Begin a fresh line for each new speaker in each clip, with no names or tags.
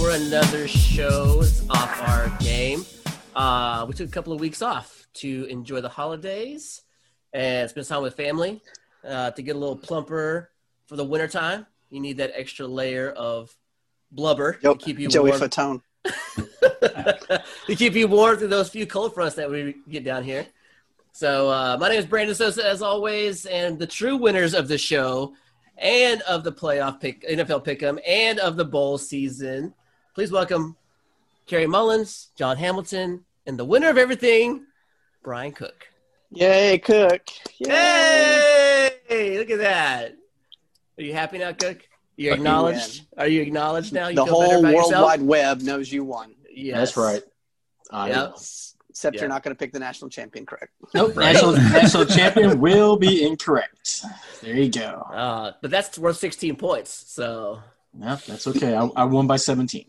another shows off our game. Uh, we took a couple of weeks off to enjoy the holidays and spend time with family uh, to get a little plumper for the wintertime. You need that extra layer of blubber
Yo-
to keep you
Joey
warm.
Fatone.
to keep you warm through those few cold fronts that we get down here. So uh, my name is Brandon Sosa, as always, and the true winners of the show and of the playoff pick, NFL pick'em, and of the bowl season. Please welcome Kerry Mullins, John Hamilton, and the winner of everything, Brian Cook.
Yay, Cook. Yay.
Hey, look at that! Are you happy now, Cook? You
Fucking
acknowledged? Are you acknowledged now? You
the
feel better
whole
about
World
yourself?
Wide Web knows you won.
Yes.
That's right. Uh, I
Yep.
know.
Except
Yeah.
you're not going to pick the national champion correct.
Nope.
Right. National, national champion will be incorrect. There you go.
Uh, but that's worth 16 points. So
No, that's okay. I, I won by 17.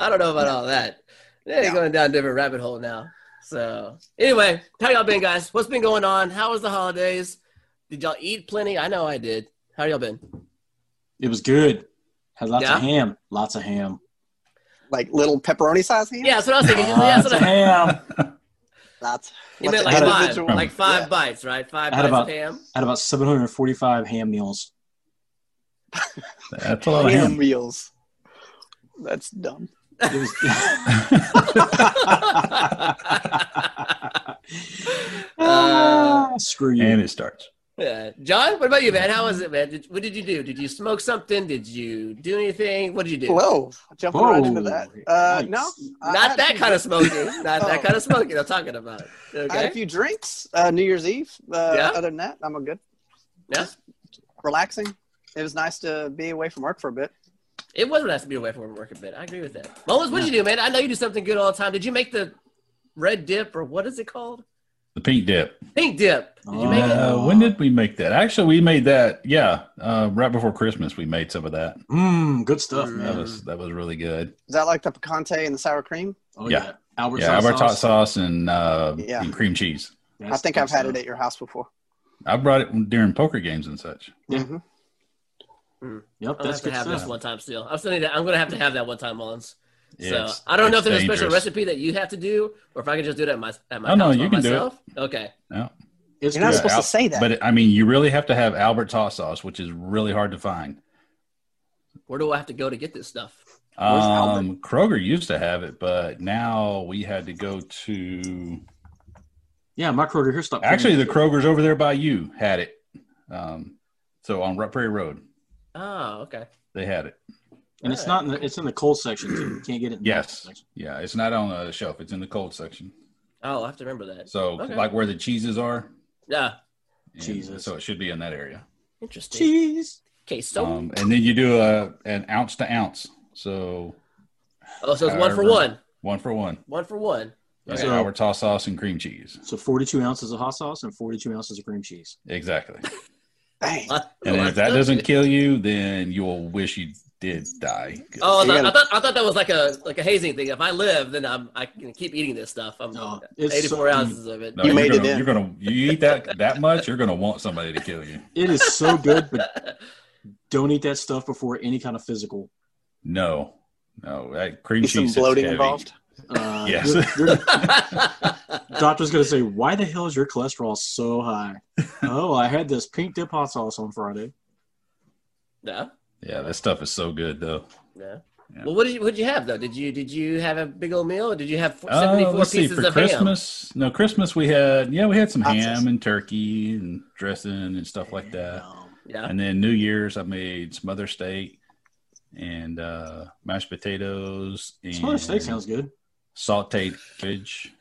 I don't know about all that. They're
Yeah.
going down a different rabbit hole now. So anyway, how y'all been, guys? What's been going on? How was the holidays? Did y'all eat plenty? I know I did. How y'all been?
It was good. Had lots
Yeah?
of ham. Lots of ham.
Like little pepperoni size hand?
Yeah, that's what I was thinking. Yeah, that's
Lots
what
of
I,
ham.
That's,
you meant
that's
like
Out of-
five,
individual-
like five
Yeah.
bites, right? Five
Out
bites
of
of
a-
ham.
Had about 745 ham meals.
That's a lot of
Ham
ham.
meals. That's dumb.
It was,
Uh,
Ah, screw you.
And it starts.
yeah. John, what about you, man? How was it, man? Did, what did you do? Did you smoke something? Did you do anything? What did you do?
Whoa. Jumping right into that. Uh,
Yikes.
No. I
Not
had a
that
few
kind of
drinks.
smoking. Not that
Oh.
kind of smoking I'm talking about.
I had a
Okay.
few drinks uh, New Year's Eve. Uh,
eh? Yeah?
Other than that, I'm all good.
Yeah.
Relaxing. It was nice to be away from work for a bit.
It was nice to be away from work a bit. I agree with that. Mullins, what'd you do, man? I know you do something good all the time. Did you make the red dip or what is it called?
The pink dip.
Pink dip. Did you make it?
Uh, when did we make that? Actually, we made that. Yeah, uh, right before Christmas, we made some of that.
Mm, good stuff,
That
man.
was that was really good.
Is that like the picante and the sour cream?
Oh,
Yeah.
yeah. Albert
yeah, Albert's hot sauce and uh,
Yeah.
and cream cheese.
I think I've had it at your house before.
I brought it during poker games and such.
Yeah.
Mhm.
Yep,
I'm gonna
that's
have to
good
have
stuff.
this one time still. I'm still need to, I'm gonna have to have that one time, Mullins.
Yeah,
so I don't know if
it's
there's a special
dangerous.
recipe that you have to do, or if I can just do it at my at my
Oh,
house
no,
by
you can do it.
myself. Okay.
It's
You're not
good.
supposed
Al-
to say that.
But I mean, you really have to have Albert's hot sauce, which is really hard to find.
Where do I have to go to get this stuff?
Where's Albert?
Um, Kroger used to have it, but now we had to go to.
yeah, my Kroger here stopped.
Actually, the Kroger's over there by you had it. Um, so on Rut Prairie Road,
Oh, okay.
they had it.
and it's not in the it's in the cold section. Too. You can't get it. In
Yes.
The hot section.
Yeah, it's not on the shelf. It's in the cold section.
Oh, I'll have to remember that.
So
Okay.
like where the cheeses are.
Yeah.
and
Cheeses.
So it should be in that area.
Interesting.
Cheese.
Okay, so
um, and then you do a an ounce to ounce. So
oh, so it's one for
however-
one.
one for one.
One for one.
That's
Okay.
our toss sauce and cream cheese.
So forty-two ounces of hot sauce and forty-two ounces of cream cheese.
Exactly.
Dang.
And if that doesn't kill you, then you'll wish you did die.
Oh, I thought,
You
I
gotta-
thought I thought that was like a like a hazing thing. If I live, then I'm I can keep eating this stuff. I'm
No, it's so-
84 ounces of it.
No,
You
you're
made it
gonna-
in.
You're gonna you eat that that much, you're gonna want somebody to kill you.
It is so good, but don't eat that stuff before any kind of physical.
No, no, that cream
Be
cheese.
some
is
bloating
heavy.
involved.
Uh,
Yes.
your- your doctor's gonna say, "Why the hell is your cholesterol so high?" oh, I had this pink dip hot sauce on Friday.
no,
Yeah, that stuff is so good though.
no.
Yeah.
Well, what did you what did you have though? Did you did you have a big old meal? Or did you have four-
Uh,
74
let's see,
pieces
for
of ham?
Christmas. No, Christmas we had yeah we had some
Hot sauce.
ham and turkey and dressing and stuff like that.
Um,
Yeah.
And then New Year's I made smothered steak and uh, mashed potatoes and
Smothered steak sounds good.
sauteed fish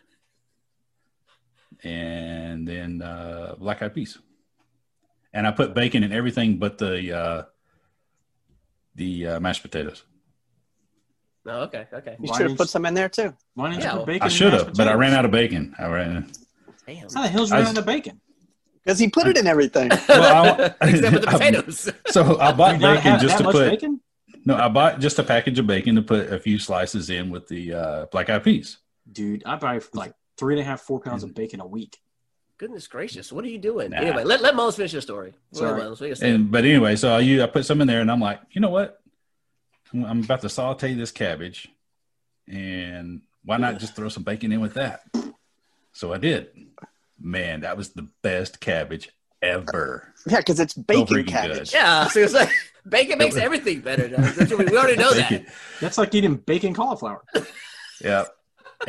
and then uh, black eyed peas. And I put bacon in everything but the uh, the uh, mashed potatoes.
Oh, okay, okay.
You
Why
should have
didn't
put some in there too.
Why didn't
Yeah,
you
well-
put bacon?
I
in
should
mashed
have, but I
potatoes?
ran out of bacon. I ran.
Damn.
How the hell's
I-
running the bacon?
Because he put it in everything.
Well, I-
Except for the
I-
potatoes.
So I
You
bought
not
bacon
have
just
that
to
much
put
bacon?
No, I bought just a package of bacon to put a few slices in with the uh, black eyed peas.
Dude, I buy like three and a half, four pounds of bacon a week.
Goodness gracious, what are you doing?
Nah.
Anyway, let let Mullins finish your story. Go ahead,
Sorry.
Mullins, what you gonna say?
And but anyway, so I, u- I put some in there, and I'm like, you know what? I'm I'm about to saute this cabbage, and why not just throw some bacon in with that? So I did. Man, that was the best cabbage ever.
Yeah, because it's bacon
freaking
cabbage.
Yeah, so it's like bacon makes everything better. Now. That's what we, we already know that.
Bacon.
That's like eating bacon cauliflower.
Yeah.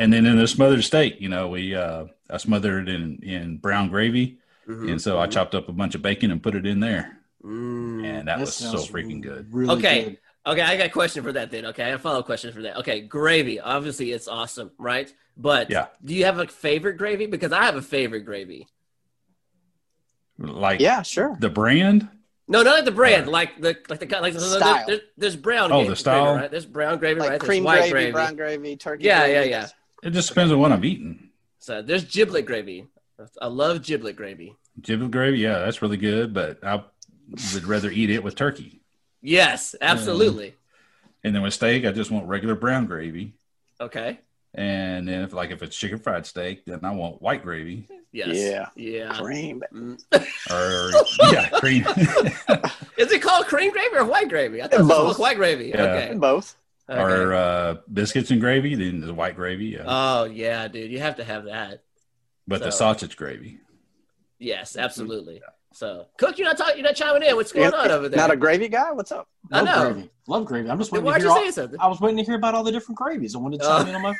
And then in the smothered state, you know, we uh, I smothered in in brown gravy,
Mm-hmm.
Mhm.
and so I chopped up a bunch of bacon and put it in there,
Mm-hmm.
Mm.
and that was so
sounds
freaking good.
Really
Okay.
good.
Okay, I got a question for that then. Okay, I got a follow up question for that. Okay, gravy. Obviously, it's awesome, right? But
Yeah.
do you have a favorite gravy? Because I have a favorite gravy.
Like
Yeah, sure.
the brand,
No, not like the brand, like
Alright.
the like the kind- like the,
Style.
There's, there's, there's brown.
Oh, the
gravy,
style?
right? There's brown gravy,
Like
right? There's
cream
white
gravy,
gravy,
brown gravy, turkey.
Yeah,
gravy.
yeah, yeah.
it just depends on what I'm eating.
So there's giblet gravy. I love giblet gravy.
Giblet gravy, yeah, that's really good, but I would rather eat it with turkey.
Yes,
Mm.
absolutely.
And then with steak, I just want regular brown gravy.
Okay.
And then if like if it's chicken fried steak, then I want white gravy
Yes.
Yeah.
Yeah.
Cream.
Mm.
or yeah, cream.
Is it called cream gravy or white gravy? I thought it was
Both.
called white gravy.
Yeah.
Okay.
Both.
okay.
or uh, biscuits and gravy, then the white gravy, yeah.
Uh,
Oh yeah, dude, you have to have that.
but the
so-
sausage gravy.
Yes, absolutely. So, Cook, you're not talking. You're not chiming in. What's going
You're-
on over there?
Not a gravy guy? What's up?
I
Love
know.
gravy. Love gravy. I'm just
Then
waiting
why aren't
to hear
you
all,
saying something?
I was waiting to hear about all the different gravies. I wanted to
Uh.
chime in on my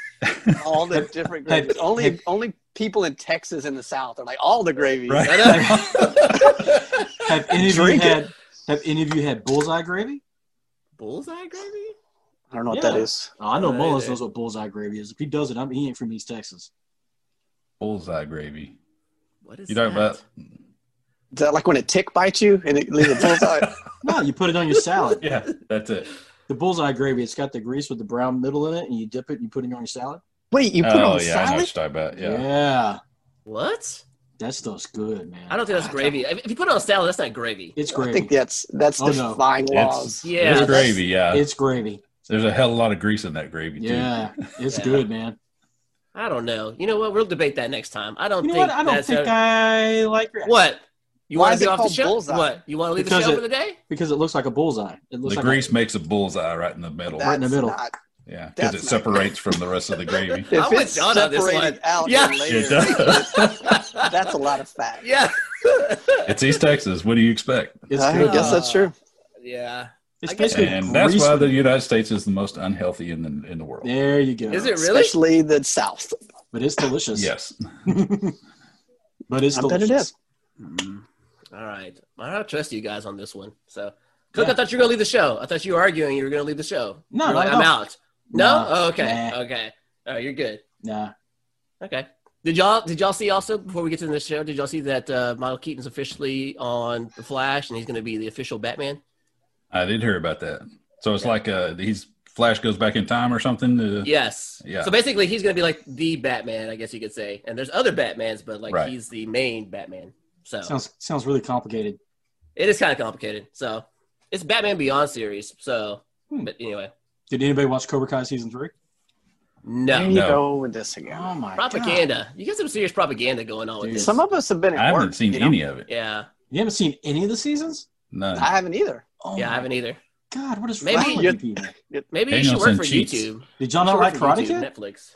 All the different
Hey,
gravies. Only
hey.
only people in Texas and the South are like all the gravies.
Right.
I know.
have any of you
Drink it.
had have any of you had bullseye gravy?
Bullseye gravy?
I don't know what
Yeah.
that is.
Oh, I know
No,
Mullins
either.
knows what bullseye gravy is. If he doesn't, I'm eating from East Texas.
Bullseye gravy.
What is
You talking
that?
about
Is that like when a tick bites you and it leaves a bullseye?
No, you put it on your salad.
Yeah, that's it.
The bullseye gravy, it's got the grease with the brown middle in it, and you dip it and you put it on your salad.
Wait, you put it
oh
on
yeah, I know what
salad?
you're talking about. Yeah.
What?
that stuff's good, man.
I don't think that's gravy. If if you put it on salad, that's not gravy.
It's
I
gravy.
think that's that's
Oh, no.
defying
It's-
laws.
Yeah,
it's
that's-
gravy, yeah.
It's gravy.
There's a hell of a lot of grease in that gravy too.
Yeah, it's
Yeah.
good, man.
I don't know. You know what? We'll debate that next time. I don't
You know
think.
what? I don't
that's
think
how-
I like it
What? You
Why
want
is
to
it
be off the
called
show?
bullseye?
What? You want to leave
Because
the show
it-
for the day?
because it looks like a bullseye. It looks
The
like
grease makes a bullseye right in the middle.
Right in the
That's
middle.
not-
yeah, because
that's
it
not-
separates from the rest of the gravy.
I
if
went
it's
down on this
separated
one.
out
Yeah.
in
It
layers,
does.
that's a lot of fat.
yeah.
It's East Texas. What do you expect?
A, it's
I
good.
guess that's true.
yeah.
It's
I guess-
basically
And that's
grease.
why the
with-
United States is the most unhealthy in the in the world.
there you go.
Is it really?
Especially the South.
But it's delicious.
Yes.
But it's
I bet
delicious.
it is.
Mm. All right. I don't trust you guys on this one. So, Cook, I
Mm-hmm. Yeah.
thought you were going to leave the show. I thought you were arguing you were going to leave the show.
No,
You're
not
like,
at
I'm
all.
out. No?
Nah.
Oh, okay.
Nah.
Okay. Oh, you're good.
Nah.
Okay. Did y'all did y'all see also before we get to the show? Did y'all see that uh, Michael Keaton's officially on the Flash and he's going to be the official Batman?
I did hear about that. So it's like uh he's Flash goes back in time or something. To,
Yes.
Yeah.
So basically, he's going to be like the Batman, I guess you could say. And there's other Batmans, but like
Right.
he's the main Batman. So
Sounds sounds really complicated.
it is kind of complicated. So it's Batman Beyond series. So,
Hmm.
but anyway,
Did anybody watch Cobra Kai season three?
no.
Here you
No.
go with this again.
Oh my god.
propaganda. You got some serious propaganda going on with
Dude.
this.
Some of us have been at
I haven't
work,
seen
you know?
any of it.
yeah,
You haven't seen any of the seasons?
None.
I haven't either.
Oh
yeah, I
my
haven't either.
God, what is
Maybe
wrong with
you-
you people?
Maybe you
Daniel
should work for
cheats.
YouTube.
Did y'all not
You
like
should work for
Karate
YouTube,
Kid?
Netflix.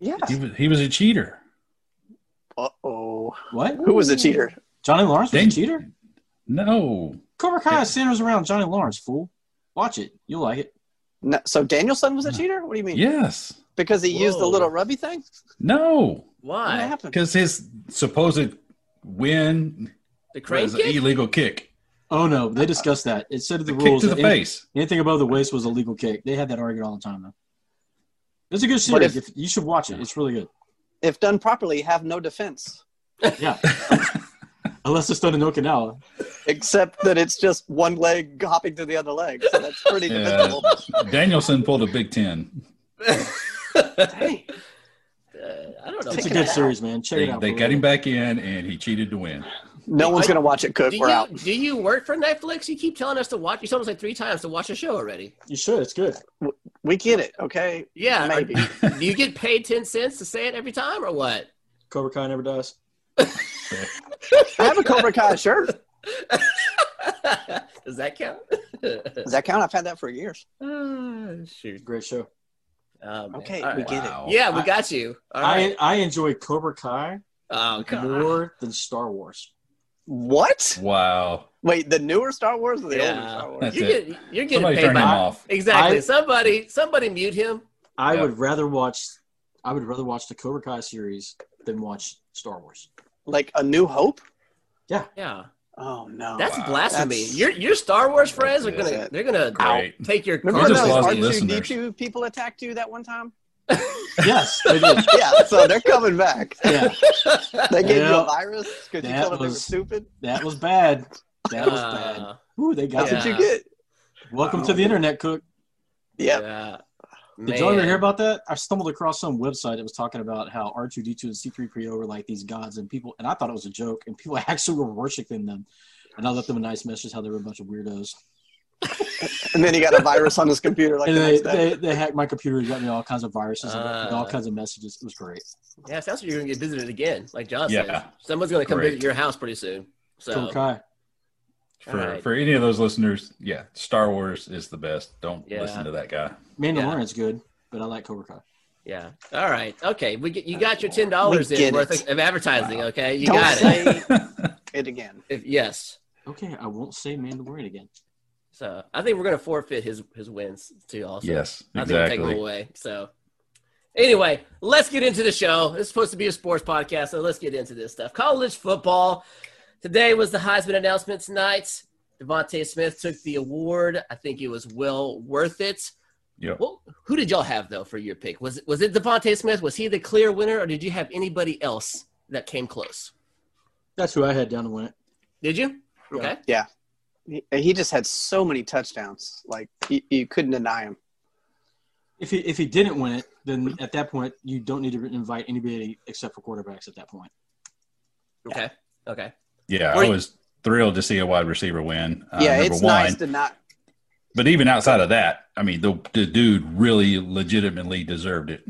Yeah.
He was, he was a cheater.
Uh oh.
What?
Who was the cheater?
Johnny Lawrence was a
Dang.
cheater?
No.
Cobra Kai
Yeah.
centers around Johnny Lawrence, fool. Watch it. You'll like it.
No, so Danielson was a cheater? What do you mean?
Yes.
Because he used the
Whoa.
little rubby thing?
No.
What
Why?
happened?
Because his supposed win
The crane
was an
kick?
illegal kick.
Oh no, they discussed that. It said in the,
The kick
rules
to the
that any-
face.
anything above the waist was a legal kick. They had that argument all the time though. It's a good
But
series. If, you should watch it.
Yeah.
It's really good.
If done properly, have no defense.
Yeah. Unless it's done in Okinawa.
Except that it's just one leg hopping to the other leg. So that's pretty
Yeah.
defensible.
Danielson pulled a Big Ten.
Dang.
Uh, I don't know.
It's
Check
a
it
good
out.
series, man. Check
They,
it out.
they
for
got
real.
him back in, and he cheated to win.
No one's going to watch it cook.
Do
We're out.
you, do you work for Netflix? You keep telling us to watch. You told us like three times to watch a show already.
You should. It's good.
We get it, okay?
Yeah. or-
Maybe.
do you get paid 10 cents to say it every time or what?
Cobra Kai never dies.
I have a Cobra Kai shirt.
Does that count?
Does that count? I've had that for years.
Ah, shoot.
Great show.
Oh, man.
Okay,
All
we
right.
get it.
Wow.
Yeah, we got you. All right.
I I enjoy Cobra Kai
oh God.
more than Star Wars.
What?
Wow.
Wait, the newer Star Wars or the
Yeah.
older Star Wars?
That's
You
it.
get, you're getting
Somebody
paid
turn him
by
off.
exactly
I-
somebody. Somebody mute him.
I
Yeah.
would rather watch I would rather watch the Cobra Kai series than watch Star Wars.
Like A New Hope?
Yeah,
Oh no.
that's
Wow.
blasphemy.
That's-
your your Star Wars friends are
That's
gonna
it.
they're gonna
Great.
take your.
We
Remember
just
those
lost
R2
listeners.
D2 people attacked you that one time?
Yes, they did.
yeah, so they're coming back.
Yeah,
They gave you
Yeah.
a virus because you
That
told them they were
was-
stupid.
that was bad. That was bad.
Uh,
Ooh, they got
That's
me.
what you
Yeah.
get.
Welcome to the internet, Cook.
Yeah.
yeah.
Did y'all ever
Man.
hear about that? I stumbled across some website that was talking about how R2D2 and C3PO were like these gods and people, and I thought it was a joke, and people actually were worshiping them. And I left them a nice message how they were a bunch of weirdos.
And then he got a virus on his computer like
and
the
they,
next day.
they, they hacked my computer and got me all kinds of viruses and and all
Uh.
kinds of messages. It was great.
Yeah, it sounds like you're gonna get visited again, like John said.
Yeah.
Someone's gonna come
Great.
visit your house pretty soon. So
Cobra Kai.
For
All right.
for any of those listeners, yeah, Star Wars is the best. Don't
Yeah.
listen to that guy.
Mandalorian's good, but I like Cobra Kai.
yeah. All right. Okay. We get you got your ten dollars
We
in
get
worth
it.
of- of advertising.
Wow.
Okay, you
Don't
got it.
say- It again.
If, yes.
Okay, I won't say Mandalorian again.
So I think we're gonna forfeit his his wins too. Also.
yes,
I think we'll take them
exactly.
away. So, anyway, let's get into the show. It's supposed to be a sports podcast, so let's get into this stuff. College football. Today was the Heisman announcement tonight. Devontae Smith took the award. I think it was well worth it.
Yeah.
Well, who did y'all have though for your pick? Was it was it Devontae Smith? Was he the clear winner, or did you have anybody else that came close?
That's who I had down to win it.
Did you? Okay.
Yeah. He, he just had so many touchdowns. Like you, you couldn't deny him.
If he, if he didn't win it, then at that point, you don't need to invite anybody except for quarterbacks at that point.
Okay. Okay.
Yeah,
Wait.
I was thrilled to see a wide receiver win. Uh,
yeah,
number
it's
one.
nice to not
But even outside of that, I mean, the, the dude really legitimately deserved it.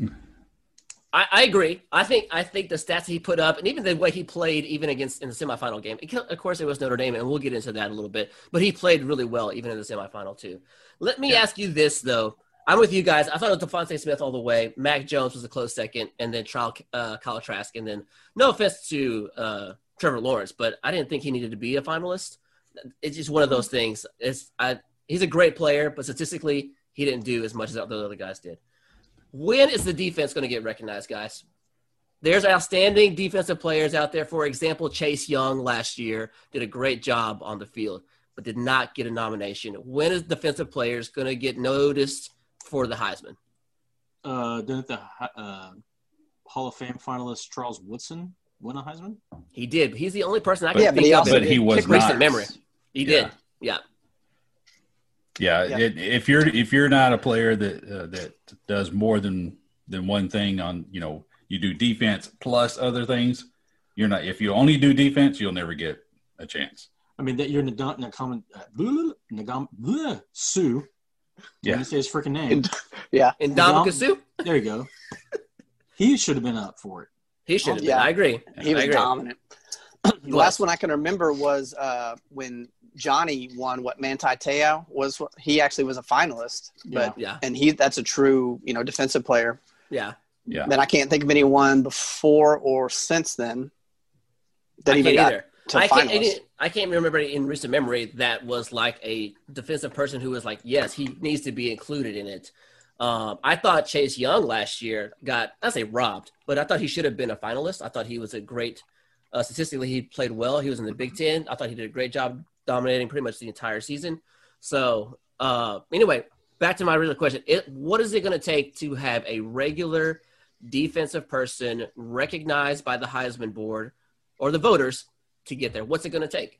I, I agree. I think I think the stats he put up, and even the way he played, even against in the semifinal game. Of course, it was Notre Dame, and we'll get into that a little bit. But he played really well, even in the semifinal too. Let me ask you this though. I'm with you guys. I thought it was Devontae Smith all the way. Mac Jones was a close second, and then trial uh, Kyle Trask, and then no offense to uh, Trevor Lawrence, but I didn't think he needed to be a finalist. It's just one of those things. It's I, he's a great player, but statistically, he didn't do as much as the other guys did. When is the defense going to get recognized, guys? There's outstanding defensive players out there. For example, Chase Young last year did a great job on the field, but did not get a nomination. When is defensive players going to get noticed for the Heisman?
uh, didn't the uh, Hall of Fame finalist Charles Woodson win a Heisman?
He did. But he's the only person I can
But-
Yeah, but
think
he
of.
also
that
But he
did.
was
Kick recent
not.
memory. He did.
Yeah.
Yeah.
Yeah,
Yeah.
It, if you're if you're not a player that uh, that does more than than one thing on you know you do defense plus other things, you're not. If you only do defense, you'll never get a chance.
I mean, that you're uh, Nagam Nagam Nagam bleh, Sue. Yeah,
Yeah.
you say his freaking name.
And
Dom-
Dominic Sue,
There you go. He should have been up for it.
he should have
Yeah.
been. I agree.
He
I
was
agree.
dominant.
He
The last one I can remember was uh, when Johnny won what Manti Te'o was. He actually was a finalist, but
Yeah.
and he that's a true you know defensive player.
Yeah.
Yeah,
Then I can't think of anyone before or since then that
I
even
can't
got
either.
to
I can't,
finalist.
I can't remember in recent memory that was like a defensive person who was like, yes, he needs to be included in it. Um, I thought Chase Young last year got, I say robbed, but I thought he should have been a finalist. I thought he was a great, uh, statistically, he played well. He was in the Big Ten. I thought he did a great job dominating pretty much the entire season. So, uh, anyway, back to my original question. It, what is it going to take to have a regular defensive person recognized by the Heisman board or the voters to get there? What's it going to take?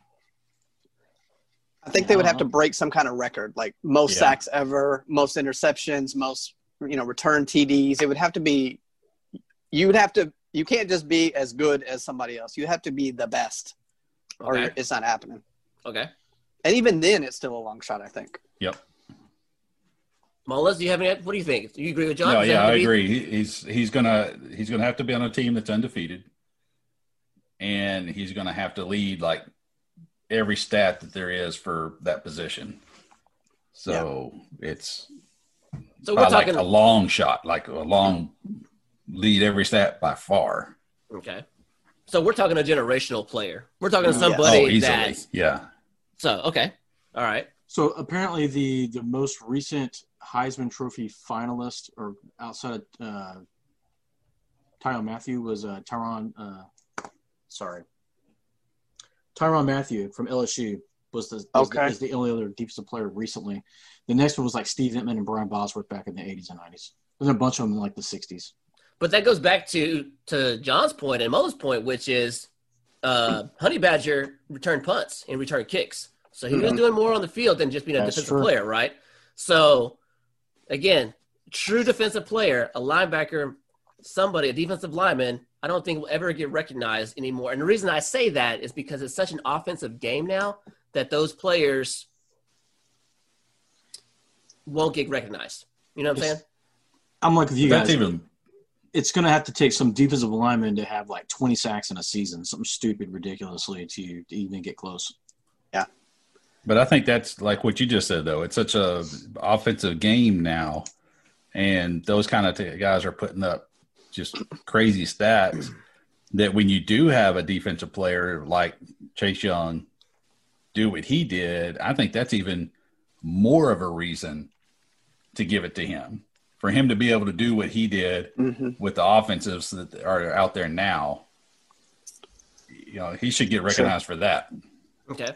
I think they would
Uh-huh.
have to break some kind of record, like most
Yeah.
sacks ever, most interceptions, most you know return TDs. It would have to be. You would have to. You can't just be as good as somebody else. You have to be the best, or
Okay.
it's not happening.
Okay.
And even then, it's still a long shot. I think.
yep.
Mullins, do you have any? What do you think? Do you agree with John?
No,
Does that
yeah,
have
I
to be-
agree. He, he's he's gonna he's gonna have to be on a team that's undefeated, and he's gonna have to lead like every stat that there is for that position. So it's
So
by
we're
like
talking.
a long shot, like a long lead every stat by far.
okay. So we're talking a generational player. We're talking to
Yeah.
Oh,
somebody
easily.
that.
Yeah.
So okay, all right.
So apparently, the the most recent Heisman Trophy finalist, or outside of uh, Tyron Matthew, was uh, Tyron. Uh, sorry, Tyron Matthew from LSU was the is, the
Okay.
is the only other defensive player recently. The next one was like Steve Entman and Brian Bosworth back in the '80s and '90s. There's a bunch of them in like the '60s.
But that goes back to to John's point and Mo's point, which is uh, Honey Badger returned punts and returned kicks. So he was
Mhm.
doing more on the field than just being a
Mm-hmm. That's
defensive
true.
player, right? So again, true defensive player, a linebacker, somebody, a defensive lineman, I don't think will ever get recognized anymore. And the reason I say that is because it's such an offensive game now that those players won't get recognized. You know what I'm
Yes.
saying?
I'm like with you
That's
guys.
even
it's going to have to take some defensive lineman to have like 20 sacks in a season, something stupid, ridiculously to, to even get close.
But I think that's like what you just said, though. It's such a offensive game now, and those kind of t- guys are putting up just crazy stats. That when you do have a defensive player like Chase Young do what he did, I think that's even more of a reason to give it to him for him to be able to do what he did
hmm
with the offensives that are out there now. You know, he should get recognized for that.
Okay.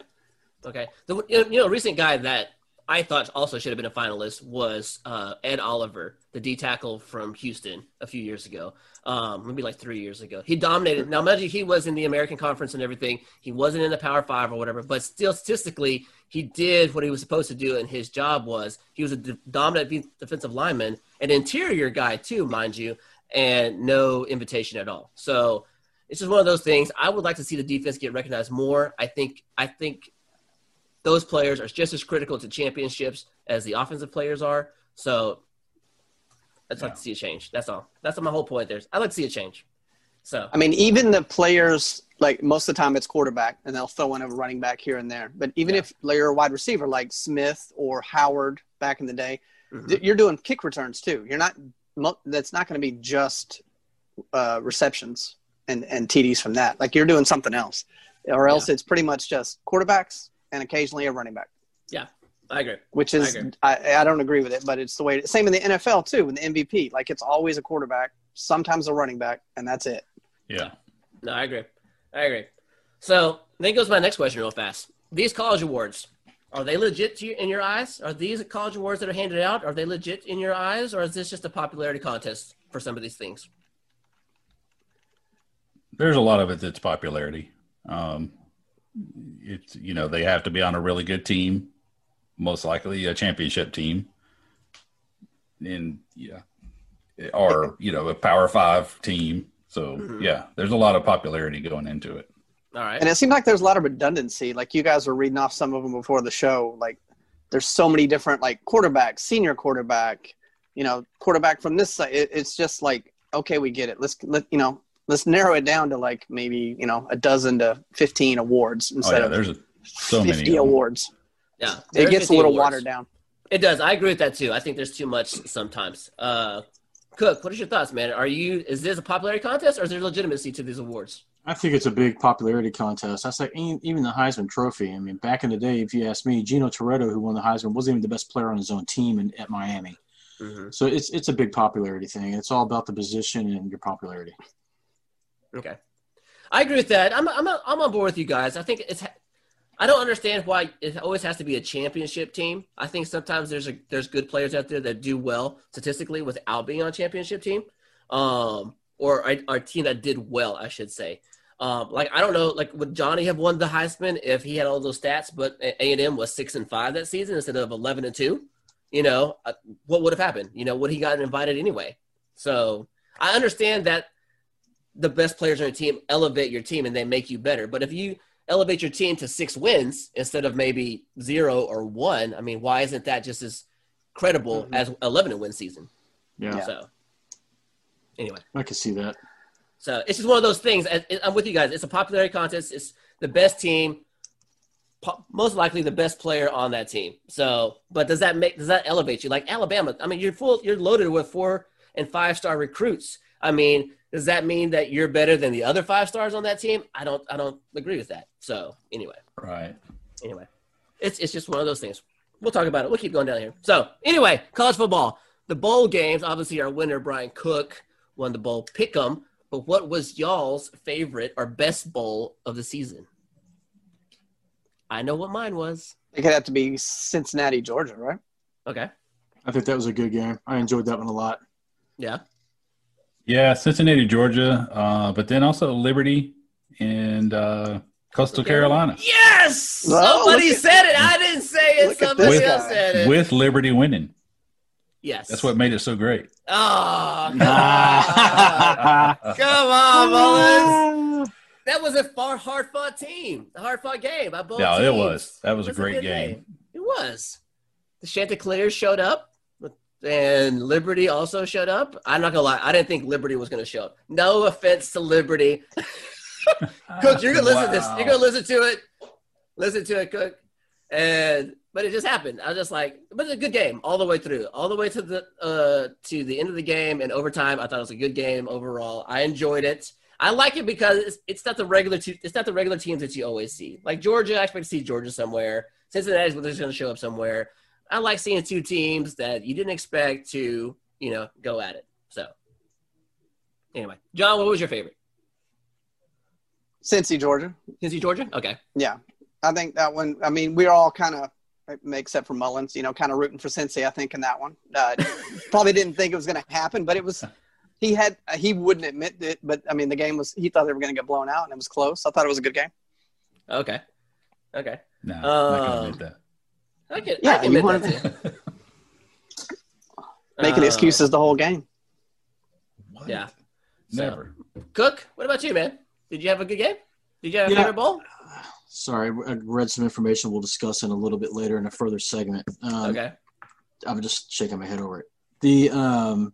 Okay. The you know, recent guy that I thought also should have been a finalist was uh, Ed Oliver, the D tackle from Houston a few years ago. Um, maybe like three years ago. He dominated. Now, imagine he was in the American Conference and everything. He wasn't in the Power Five or whatever, but still, statistically, he did what he was supposed to do, and his job was he was a d- dominant de- defensive lineman, an interior guy too, mind you, and no invitation at all. So it's just one of those things. I would like to see the defense get recognized more. I think I think those players are just as critical to championships as the offensive players are. So I'd like
Yeah.
to see a change. That's all. That's my whole point. There's I'd like to see a change. So
I mean, even the players, like most of the time it's quarterback, and they'll throw in a running back here and there. But even
Yeah.
if you're a wide receiver like Smith or Howard back in the day,
mhm.
th- you're doing kick returns too. You're not. mo- That's not going to be just uh, receptions and and TDs from that. Like you're doing something else, or else it's pretty much just quarterbacks and occasionally a running back.
I agree.
Which is
I agree.
I, I don't agree with it, but it's the way. Same in the NFL too. In the MVP, like it's always a quarterback, sometimes a running back, and that's it.
Yeah.
No, I agree. I agree. So then goes my next question real fast. These college awards, are they legit to you, in your eyes? Are these college awards that are handed out, are they legit in your eyes, or is this just a popularity contest for some of these things?
there's a lot of it that's popularity. Um, it's you know they have to be on a really good team, most likely a championship team, and yeah, or you know a power five team. So
Mm-hmm.
Mhm.
yeah, there's a lot of popularity going into it.
All right.
And it seemed like there's a lot of redundancy. Like you guys were reading off some of them before the show. Like there's so many different like quarterback, senior quarterback, you know, quarterback from this side. It, it's just like okay, we get it. Let's let you know. Let's narrow it down to like maybe you know a dozen to fifteen awards
Oh
instead
yeah, there's a, so
of
many
fifty
of 'em.
awards.
yeah.
It gets a little
watered down.
watered down.
It does. I agree with that too. I think there's too much sometimes. Uh, Cook, what is your thoughts, man? Are you is this a popularity contest or is there legitimacy to these awards?
I think it's a big popularity contest. That's like e- even the Heisman Trophy. I mean, back in the day, if you asked me, Gino Toretto, who won the Heisman, wasn't even the best player on his own team in, at Miami. So it's it's a big popularity thing. It's all about the position and your popularity.
Okay, I agree with that. I'm I'm I'm on board with you guys. I think it's I don't understand why it always has to be a championship team. I think sometimes there's a there's good players out there that do well statistically without being on a championship team, um, or a, a team that did well, I should say. Um, like I don't know, like would Johnny have won the Heisman if he had all those stats? But A and M was six and five that season instead of eleven and two. You know uh, what would have happened? You know would he gotten invited anyway? So I understand that the best players on your team elevate your team and they make you better. But if you elevate your team to six wins instead of maybe zero or one, I mean, why isn't that just as credible
Mhm.
as eleven and win season?
Yeah.
So anyway.
I can see that.
So it's just one of those things. I- I- I'm with you guys. It's a popularity contest. It's the best team po- most likely the best player on that team. So, but does that make does that elevate you? Like Alabama, I mean, you're full, you're loaded with four and five star recruits. I mean, does that mean that you're better than the other five stars on that team? I don't, I don't agree with that. So anyway,
Right.
anyway, it's it's just one of those things. We'll talk about it. We'll keep going down here. So anyway, college football, the bowl games. Obviously, our winner Brian Cook won the bowl pick'em. But what was y'all's favorite or best bowl of the season? I know what mine was.
It could have to be Cincinnati, Georgia, right?
Okay.
I think that was a good game. I enjoyed that one a lot.
Yeah.
Yeah, Cincinnati, Georgia, uh, but then also Liberty and uh, Coastal Carolina
Yes!
Oh,
Somebody
look at-
said it. I didn't say it.
look at
Somebody
this
else
guy.
said it.
with Liberty winning.
yes.
That's what made it so great.
Oh, come on.
Ah.
Come on, Mullins. That was a far hard fought team. A hard fought game by both
yeah, it
teams.
was. That was a
That's a
great
good
game.
game. It was. The Chanticleers showed up, and Liberty also showed up. I'm not gonna lie, I didn't think Liberty was gonna show up. No offense to Liberty. Cook, you're gonna listen to this. You're gonna listen to it. Listen to it, Cook. And but it just happened. I was just like, but it's a good game all the way through, all the way to the uh to the end of the game and overtime. I thought it was a good game overall. I enjoyed it. I like it because it's, it's not the regular te- it's not the regular teams that you always see. Like Georgia, I expect to see Georgia somewhere. Cincinnati's just going to show up somewhere. I like seeing two teams that you didn't expect to, you know, go at it. So, anyway, John, what was your favorite?
Cincy, Georgia.
Cincy, Georgia. Okay.
Yeah, I think that one. I mean, we are all kind of, except for Mullins, you know, kind of rooting for Cincy. I think in that one, uh, probably didn't think it was going to happen, but it was. He had he wouldn't admit it, but I mean, the game was. He thought they were going to get blown out, and it was close. I thought it was a good game.
Okay. Okay.
No, I'm not gonna
Um,
admit that.
I can,
Yeah,
I can admit
you wanna-
that too.
Making
Oh.
Uh,
excuses the whole game.
What?
Yeah.
Never.
Cook, what about you, man? Did you have a good game? Did you have a
Yeah.
favorite bowl?
Sorry, I read some information we'll discuss in a little bit later in a further segment. Um,
Okay.
I'm just shaking my head over it. The um,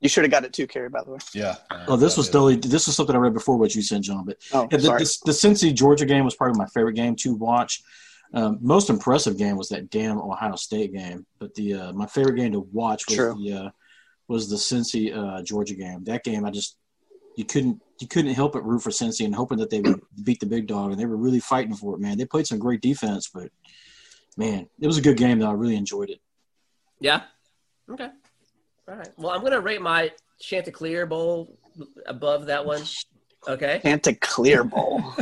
You should have got it too, Kerry. By the way.
Yeah.
oh, this was
Yeah.
totally this was something I read before what you said, John. But
Oh,
yeah, the,
sorry.
the, the Cincy Georgia game was probably my favorite game to watch. Um, most impressive game was that damn Ohio State game, but the uh, my favorite game to watch was
True.
the uh, was the Cincy uh, Georgia game. That game, I just you couldn't you couldn't help but root for Cincy and hoping that they would beat the big dog, and they were really fighting for it. Man, they played some great defense, but man, it was a good game. Though I really enjoyed it.
Yeah. Okay. All right. Well, I'm going to rate my Chanticleer bowl above that one. Okay.
Chanticleer Bowl.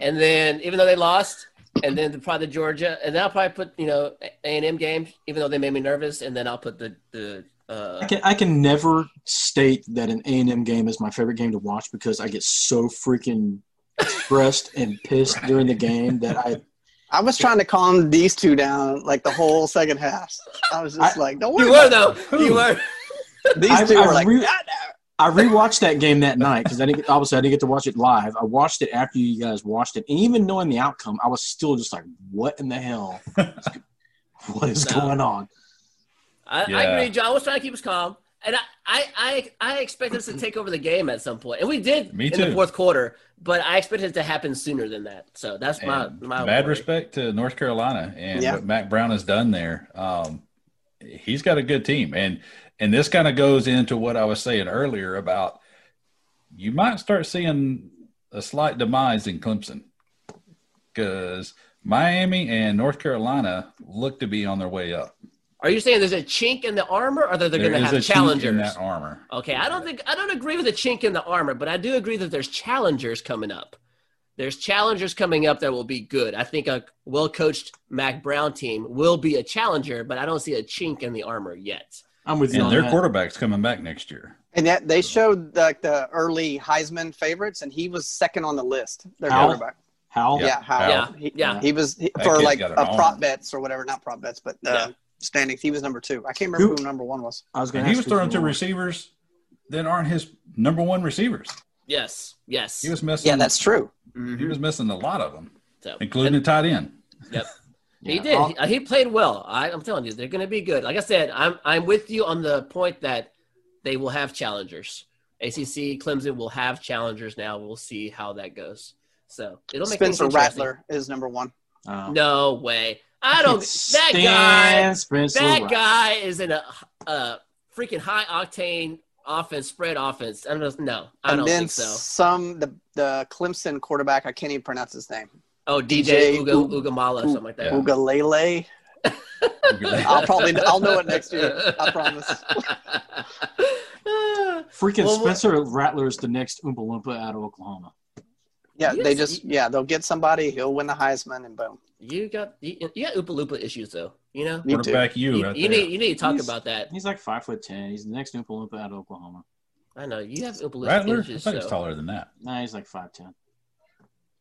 and then even though they lost, and then the, probably the Georgia, and then I'll probably put you know A and M game, even though they made me nervous, and then I'll put the the
I
uh,
can I can never state that an A and M game is my favorite game to watch because I get so freaking stressed and pissed during the game that I
I was trying to calm these two down like the whole second half. I was just like, don't worry.
you were
about
though you were
it. These
I-
two
I
were like,
re-
"Ah,
I rewatched that game that night because I didn't get, obviously I didn't get to watch it live. I watched it after you guys watched it, and even knowing the outcome, I was still just like, "What in the hell? what is
No.
going on?"
I, I
Yeah.
agree, John. I was trying to keep us calm, and I, I, I, I expected us to take over the game at some point, and we did
Me
in the
too.
fourth quarter. But I expected it to happen sooner than that. So that's my
And
my
mad
worry.
respect to North Carolina and
Yeah.
what Mac Brown has done there. Um, he's got a good team, and and this kind of goes into what I was saying earlier about you might start seeing a slight demise in Clemson because Miami and North Carolina look to be on their way up.
Are you saying there's a chink in the armor, or that they're going
There
to
is a
have
chink in
challengers?
that armor.
Okay, I don't think I don't agree with the chink in the armor, but I do agree that there's challengers coming up. There's challengers coming up that will be good. I think a well-coached Mac Brown team will be a challenger, but I don't see a chink in the armor yet.
I'm with you
And
on
their
that.
quarterback's coming back next year.
And yet they showed like the early Heisman favorites, and he was second on the list. Their
Howell?
quarterback.
How?
Yeah, Howell.
Yeah,
He,
yeah.
he was he-
That
for
kid's
like
got an
uh, prop
arm.
bets or whatever, not prop bets, but uh,
Yeah.
standings. He was number two. I can't remember
Who-
who, number one was.
I was going.
And he was throwing to receivers that aren't his number one receivers.
Yes, yes.
He was missing.
Yeah, that's true.
Mhm.
he was missing a lot of them,
So-
including the tight end.
He did.
Oh.
He, uh, he played well. I, I'm telling you, they're going to be good. Like I said, I'm I'm with you on the point that they will have challengers. ACC Clemson will have challengers now. We'll see how that goes. So it'll make things
Spencer
interesting.
Rattler is number one.
Uh,
No way. I don't. That guy.
Stan Spencer
That
Rattler.
guy is in a, a freaking high octane offense, spread offense. I don't know. I
and
don't
then
think so.
some the the Clemson quarterback. I can't even pronounce his name.
Oh, DJ,
DJ
Uga,
Uga-
Ugamala or something like that.
Ugalele. I'll probably I'll know it next year. I promise.
promise.
Freaking
Well, what-
Spencer Rattler is the next Oompa Loompa out of Oklahoma.
Yeah, they
Yes,
just yeah they'll get somebody. He'll win the Heisman and boom.
you got you, you got Oopa Loopa issues though. You know.
Me too.
Quarterback, you,
You,
right
you
there.
need you need to talk
He's-
about that.
He's like five foot ten. He's the next Oompa Loompa out of Oklahoma.
I know you have Oopa Loopa
Rattler. I
issues.
thought he was
So.
taller than that.
Nah, he's like five ten.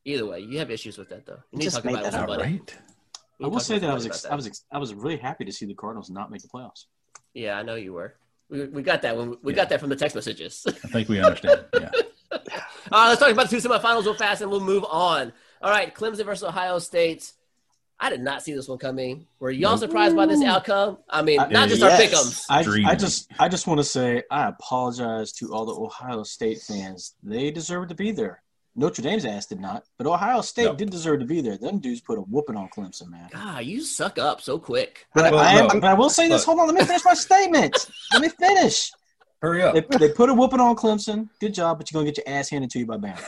Either way, you have issues with that though. You need
Just
to talk
made
about it with
that up,
All
somebody.
right.
You
I will
talk
say
with
that I was
somebody
ex-
about
I was ex- I was really happy to see the Cardinals not make the playoffs.
Yeah, I know you were. We, we got that when we, we
Yeah.
got that from the text messages.
I think we understand. yeah.
All right, let's talk about the two semifinals real fast, and we'll move on. All right, Clemson versus Ohio State. I did not see this one coming. Were y'all
Nope.
surprised by this outcome? I mean,
I-
not just our
Yes.
pickums.
I, I
Dreamy.
just I just want to say I apologize to all the Ohio State fans. They deserve to be there. Notre Dame's ass did not, but Ohio State
No.
did deserve to be there. Them dudes put a whooping on Clemson, man.
God, you suck up so quick.
But,
Well,
I, am,
no.
but I will say this.
Look.
Hold on, let me finish my statement. let me finish.
Hurry up.
They, they put a whooping on Clemson. Good job, but you're gonna get your ass handed to you by Bama.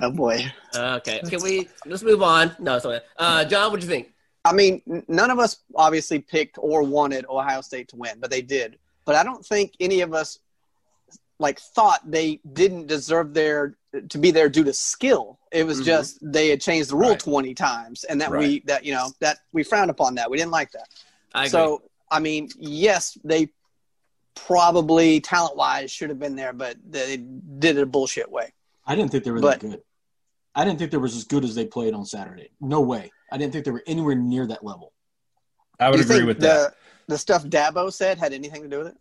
Oh boy.
Okay, can we let's move on? No, it's not. Uh, John, what do you think?
I mean, n- none of us obviously picked or wanted Ohio State to win, but they did. But I don't think any of us like thought they didn't deserve their to be there due to skill. It was
Mhm.
just they had changed the rule
Mm-hmm. Right.
20 times and that we
Right.
that you know, that we frowned upon that. We didn't like that.
I agree.
So, I mean, yes, they probably talent-wise should have been there, but they did it a bullshit way.
I didn't think they were
But-
that good. I didn't think they were as good as they played on Saturday. No way. I didn't think they were anywhere near that level.
I would
Do you
agree
think
with
the,
that.
The stuff Dabo said had anything to do with it?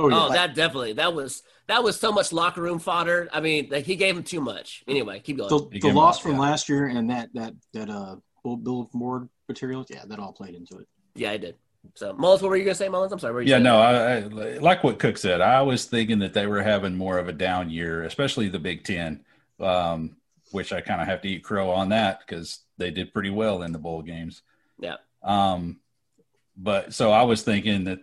Oh yeah.
oh, that definitely. That was that was so much locker room fodder. I mean, like, he gave him too much. Anyway, keep going.
the,
It
the
came
loss
out,
from
yeah.
last year and that that that uh Bill, Bill Moore material, yeah, that all played into it.
yeah, I did. So, Mullins, what were you gonna say, Mullins? I'm sorry. What were you
Yeah,
saying?
no, I, I like what Cook said. I was thinking that they were having more of a down year, especially the Big Ten, um, which I kind of have to eat crow on that because they did pretty well in the bowl games.
Yeah.
Um, but so I was thinking that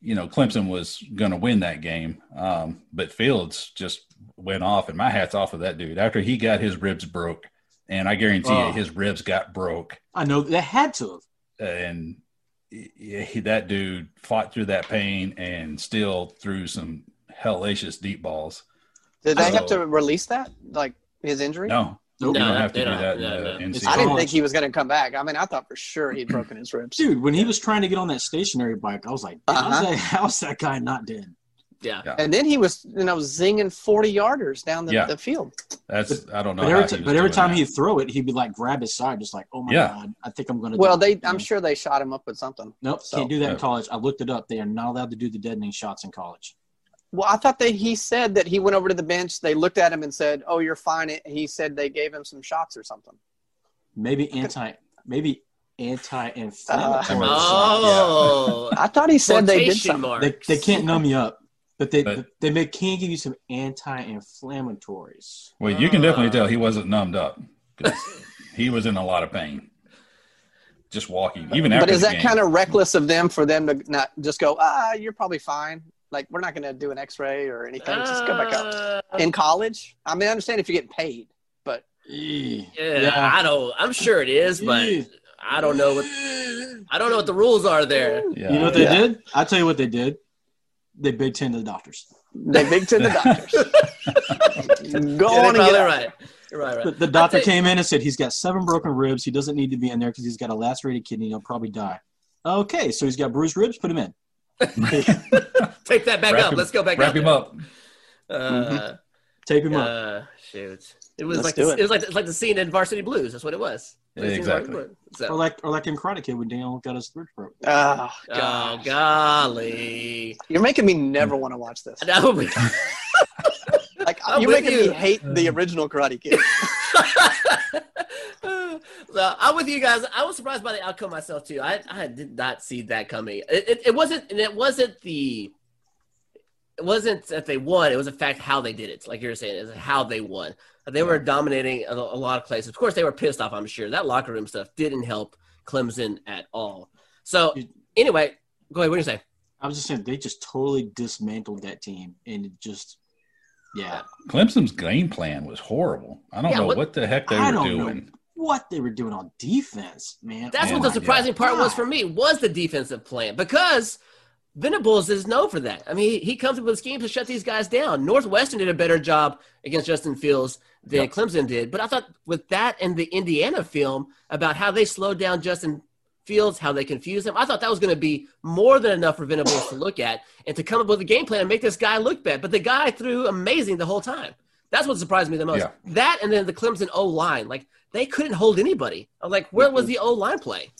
you know Clemson was going to win that game, um, but Fields just went off, and my hat's off of that dude after he got his ribs broke, and I guarantee
Oh.
you his ribs got broke
I know they had to have.
and he, he- that dude fought through that pain and still threw some hellacious deep balls.
Did they
So-
have to release that? Like his injury?
No,
No,
you don't
that-
have to
they
do
don't-
that.
no,
in
no.
the NCAA.
I didn't
Oh.
think he was going to come back. I mean, I thought for sure he'd broken his ribs.
Dude, when he was trying to get on that stationary bike, I was like, how's,
Uh-huh.
that, how's that guy not dead?
Yeah.
And then he was, you know, zinging 40 yarders down the,
Yeah.
the field.
That's I don't know.
but
how
every,
he
ti-
was
but every
doing
time
that.
he'd throw it, he'd be like, grab his side, just like, oh my
Yeah.
God, I think I'm going to
Well, they, I'm sure they shot him up with something.
Nope,
so-
can't do that in
Yeah.
college. I looked it up. They are not allowed to do the deadening shots in college.
Well, I thought that he said that he went over to the bench. They looked at him and said, "Oh, you're fine." And He said they gave him some shots or something.
Maybe anti, maybe anti-inflammatory.
Uh,
Oh,
I thought he said they did
Quotation
something.
marks.
they, they can't numb you up, but they
But-
they may, can give you some anti-inflammatories.
Well, you can
Ah.
definitely tell he wasn't numbed up 'cause he was in a lot of pain. Just walking, even after.
But is
the
that
game.
kind of reckless of them for them to not just go, "Ah, you're probably fine." Like we're not going to do an X-ray or anything. Just go back up
Uh,
in college. I mean, I understand if you're getting paid, but
Yeah,
yeah, I don't. I'm sure it is, but I don't know what I don't know what the rules are there.
Yeah.
you know what they
Yeah.
did? I tell you what they did. They Big Ten to the doctors.
They big to the doctors.
Yeah,
Go on
they're
and get
probably
out.
right. You're right,
The,
right.
the doctor
think-
came in and said he's got seven broken ribs. He doesn't need to be in there because he's got a lacerated kidney. He'll probably die. Okay, so he's got bruised ribs. Put him in.
Take that back
Wrap
up.
him-
Let's go back
Wrap
up.
him up.
Mm-hmm.
Uh,
Tape him up.
uh, shoot. It was
Let's
like
do
the,
it.
it was like it's like the scene in Varsity Blues. That's what it was.
Yeah,
It was in Varsity
exactly.
Blues. So-
Or like, or like in Karate Kid when Daniel got his ribs broke.
Oh,
oh
uh,
God.
golly!
You're making me never want to watch this.
That would be-
Like
I'm
you're
with
making
you.
me hate the original Karate Kid.
so I'm with you guys. I was surprised by the outcome myself too. I, I did not see that coming. It, it, it wasn't, and it wasn't the. it wasn't that they won; it was a fact how they did it. Like you were saying, is how they won. They were dominating a, a lot of places. Of course, they were pissed off. I'm sure that locker room stuff didn't help Clemson at all. So
Dude.
anyway, go ahead. What do you say?
I was just saying they just totally dismantled that team and it just yeah.
Clemson's game plan was horrible. I don't
Yeah,
know
what-
what, the heck they
I
were
don't
doing.
know what they were doing on defense, man.
That's
Oh
what the
my
surprising part was
God.
for me was the defensive plan because Venables is known for that. I mean, he, he comes up with schemes to shut these guys down. Northwestern did a better job against Justin Fields than
Yep.
Clemson did, but I thought with that and the Indiana film about how they slowed down Justin Fields, how they confused him, I thought that was going to be more than enough for Venables to look at and to come up with a game plan and make this guy look bad. But the guy threw amazing the whole time. That's what surprised me the most.
Yeah.
That and then the Clemson O line, like they couldn't hold anybody. I'm like, where was the O line play?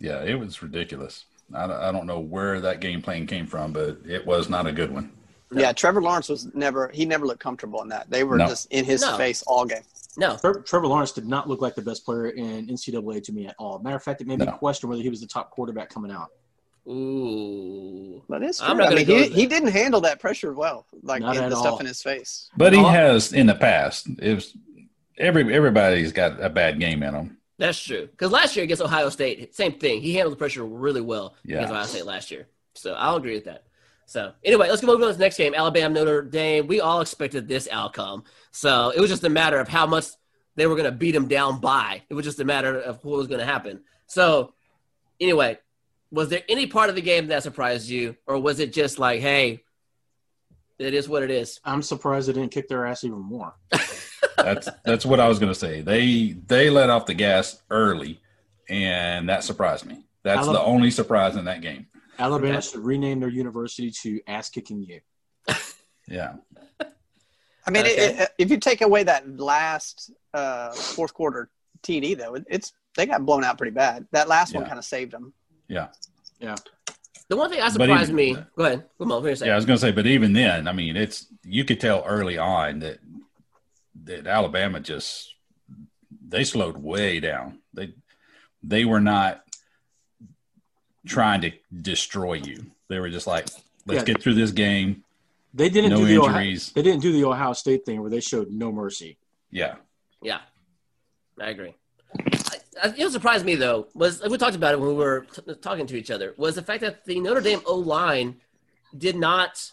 Yeah, it was ridiculous. I, don't- I don't know where that game plan came from, but it was not a good one.
Yeah, Trevor Lawrence was never he never looked comfortable in that. They were
No.
just in his
No.
face all game.
No,
Tre- Trevor Lawrence did not look like the best player in NCAA to me at all. Matter of fact, it made me
No.
question whether he was the top quarterback coming out.
ooh,
But it's true.
I'm not
I
gonna
mean,
go
he,
with
he
that.
didn't handle that pressure well. Like
Not
in,
at
the
all.
stuff in his face.
But he
Oh.
has in the past. It was every everybody's got a bad game in them.
that's true. Because last year against Ohio State, same thing. He handled the pressure really well against
Yeah.
Ohio State last year. So I'll agree with that. So anyway, let's go move on to the next game. Alabama Notre Dame. We all expected this outcome. So it was just a matter of how much they were going to beat him down by. It was just a matter of what was going to happen. So anyway, was there any part of the game that surprised you, or was it just like, hey, it is what it is?
I'm surprised they didn't kick their ass even more.
That's that's what I was going to say. They they let off the gas early, and that surprised me. That's the
Alabama-
only surprise in that game.
Alabama
Okay.
should rename their university to Ass Kicking You.
Yeah,
I mean, it-
Okay.
it, if you take away that last uh, fourth quarter TD, though, it, it's they got blown out pretty bad. That last one
Yeah.
kind of saved them.
The one thing that
But
surprised
even-
me. Go ahead. Come on. Wait a second.
yeah. I was going to say, but even then, I mean, it's you could tell early on that that Alabama just they slowed way down. They they were not trying to destroy you. They were just like, let's
Yeah.
get through this game.
They didn't
No
do the Ohio,
injuries.
they didn't do the Ohio State thing where they showed no mercy.
Yeah,
Yeah, I agree. I, I, you know, what surprised me though was we talked about it when we were t- talking to each other was the fact that the Notre Dame O line did not.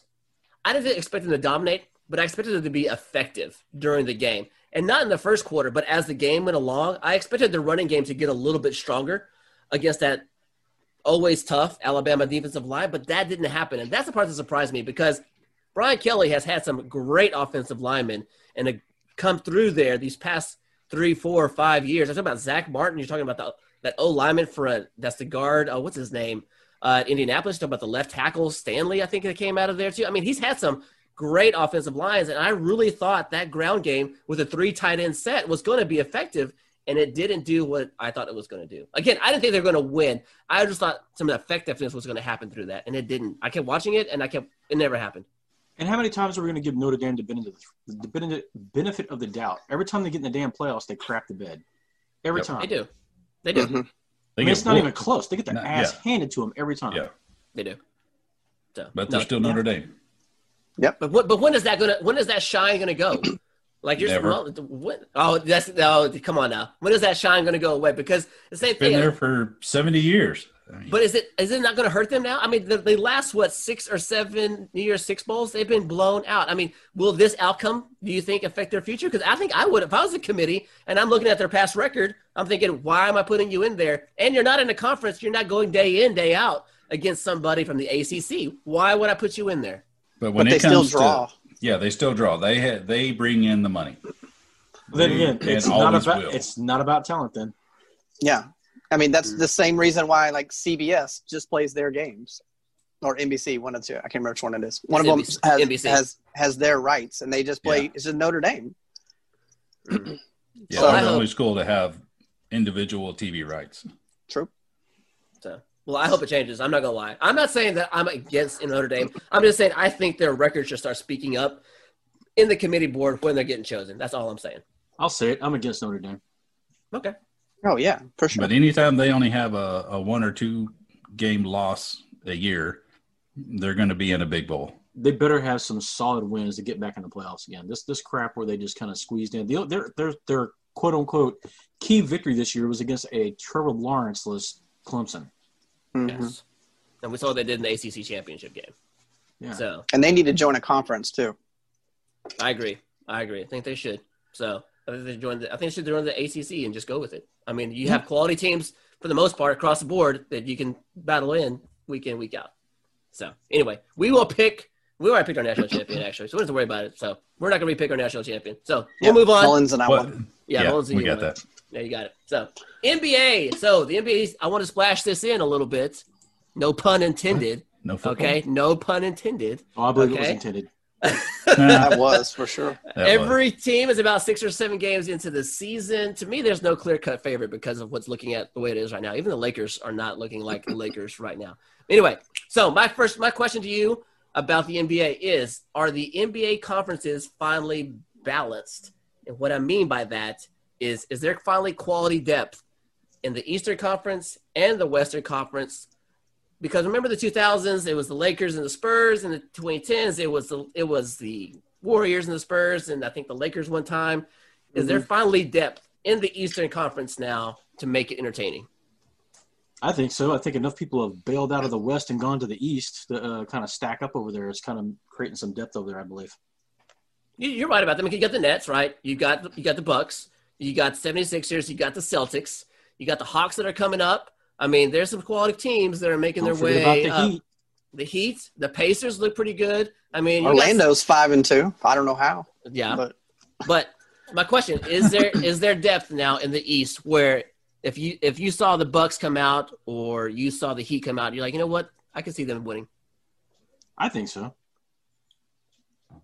I didn't expect them to dominate, but I expected them to be effective during the game, and not in the first quarter, but as the game went along, I expected the running game to get a little bit stronger against that always tough Alabama defensive line, but that didn't happen, and that's the part that surprised me because Brian Kelly has had some great offensive linemen and a come through there these past three, four, five years. I'm talking about Zach Martin. You're talking about the, that O lineman for a, that's the guard. Uh, what's his name? Uh, at Indianapolis. You're talking about the left tackle Stanley. I think that came out of there too. I mean, he's had some great offensive lines, and I really thought that ground game with a three tight end set was going to be effective. And it didn't do what I thought it was going to do. Again, I didn't think they were going to win. I just thought some effectiveness was going to happen through that, and it didn't. I kept watching it, and I kept it never happened.
And how many times are we going to give Notre Dame the benefit, the benefit, benefit of the doubt? Every time they get in the damn playoffs, they crap the bed. Every
Yep.
time.
They do, they do,
Mhm.
they
I mean,
get
it's not
whooped,
even close. They get their
Not-
ass
yeah.
handed to them every time.
Yeah.
they do. So,
but
no.
they're still Notre Dame.
But what, but when is that gonna when is that shine gonna go? Like you're
Never.
well, what? Oh, that's no. Come on now. When is that shine gonna go away? Because the same
Been
thing.
there for seventy years. I mean,
But is it is it not gonna hurt them now? I mean, the, they last what six or seven New Year's Six bowls? They've been blown out. I mean, will this outcome do you think affect their future? Because I think I would if I was a committee and I'm looking at their past record. I'm thinking, why am I putting you in there? And you're not in a conference. You're not going day in day out against somebody from the ACC. Why would I put you in there?
but
But
when
they
it comes
still draw.
to yeah, they still draw. They ha- they bring in the money.
But then
They-
again,
and
it's not
always
about
will.
it's not about talent. Then
yeah, I mean
Mm-hmm.
that's the same reason why like CBS just plays their games, or NBC one of the two. I can't remember which one it is. One
It's
of
NBC.
them has,
NBC.
has has their rights, and they just play. It's just Notre Dame.
Yeah,
So-
they're the only school to have individual TV rights.
True.
So, well, I hope it changes. I'm not gonna lie. I'm not saying that I'm against Notre Dame. I'm just saying I think their record should start speaking up in the committee board when they're getting chosen. That's all I'm saying.
I'll say it. I'm against Notre Dame.
Okay.
Oh yeah, for sure.
But anytime they only have a, a one or two game loss a year, they're going to be in a big bowl.
they better have some solid wins to get back in the playoffs again. This this crap where they just kind of squeezed in. The, their their their quote unquote key victory this year was against a Trevor Lawrence-less Clemson.
Mhm.
Yes. And we saw what they did in the ACC championship game.
Yeah.
So
And they need to join a conference too.
I agree. I agree. I think they should. So I think they joined. The, I think they should join the ACC and just go with it. I mean, you have quality teams for the most part across the board that you can battle in week in week out. So anyway, we will pick. We already picked our national champion actually, so we don't have to worry about it. So we're not going to repick our national champion. So
Yeah,
we'll move on.
Mullins and I
What-
won.
yeah,
yeah,
Mullins,
we
you
got
won.
that.
Yeah, you got it. So NBA. So the NBA. I want to splash this in a little bit. No pun intended.
No football.
Okay, no pun intended.
Oh, I believe it was
Okay.
intended.
Nah,
That was for sure.
that was-
Every team is about six or seven games into the season. To me, there's no clear cut favorite because of what's looking at the way it is right now. Even the Lakers are not looking like the Lakers right now. Anyway, so my first my question to you about the NBA is are the NBA conferences finally balanced? And what I mean by that is is there finally quality depth in the Eastern Conference and the Western Conference? Because remember the 2000s, it was the Lakers and the Spurs, and the 2010s, it was the it was the Warriors and the Spurs, and I think the Lakers one time. Is there
Mm-hmm.
finally depth in the Eastern Conference now to make it entertaining?
I think so. I think enough people have bailed out of the West and gone to the East to uh, kind of stack up over there. It's kind of creating some depth over there, I believe.
You- You're right about them. You got the Nets, right? You got you got the Bucks. You got 76ers. You got the Celtics. You got the Hawks that are coming up. I mean, there's some quality teams that are making
Don't
their
forget
way uh,
about the
up.
Heat.
The Heat, the Pacers look pretty good. I mean, you got-
Orlando's five and two. I don't know how,
yeah.
but
But my question is there is there depth now in the East where if you if you saw the Bucks come out or you saw the Heat come out, you're like, you know what? I can see them winning.
I think so.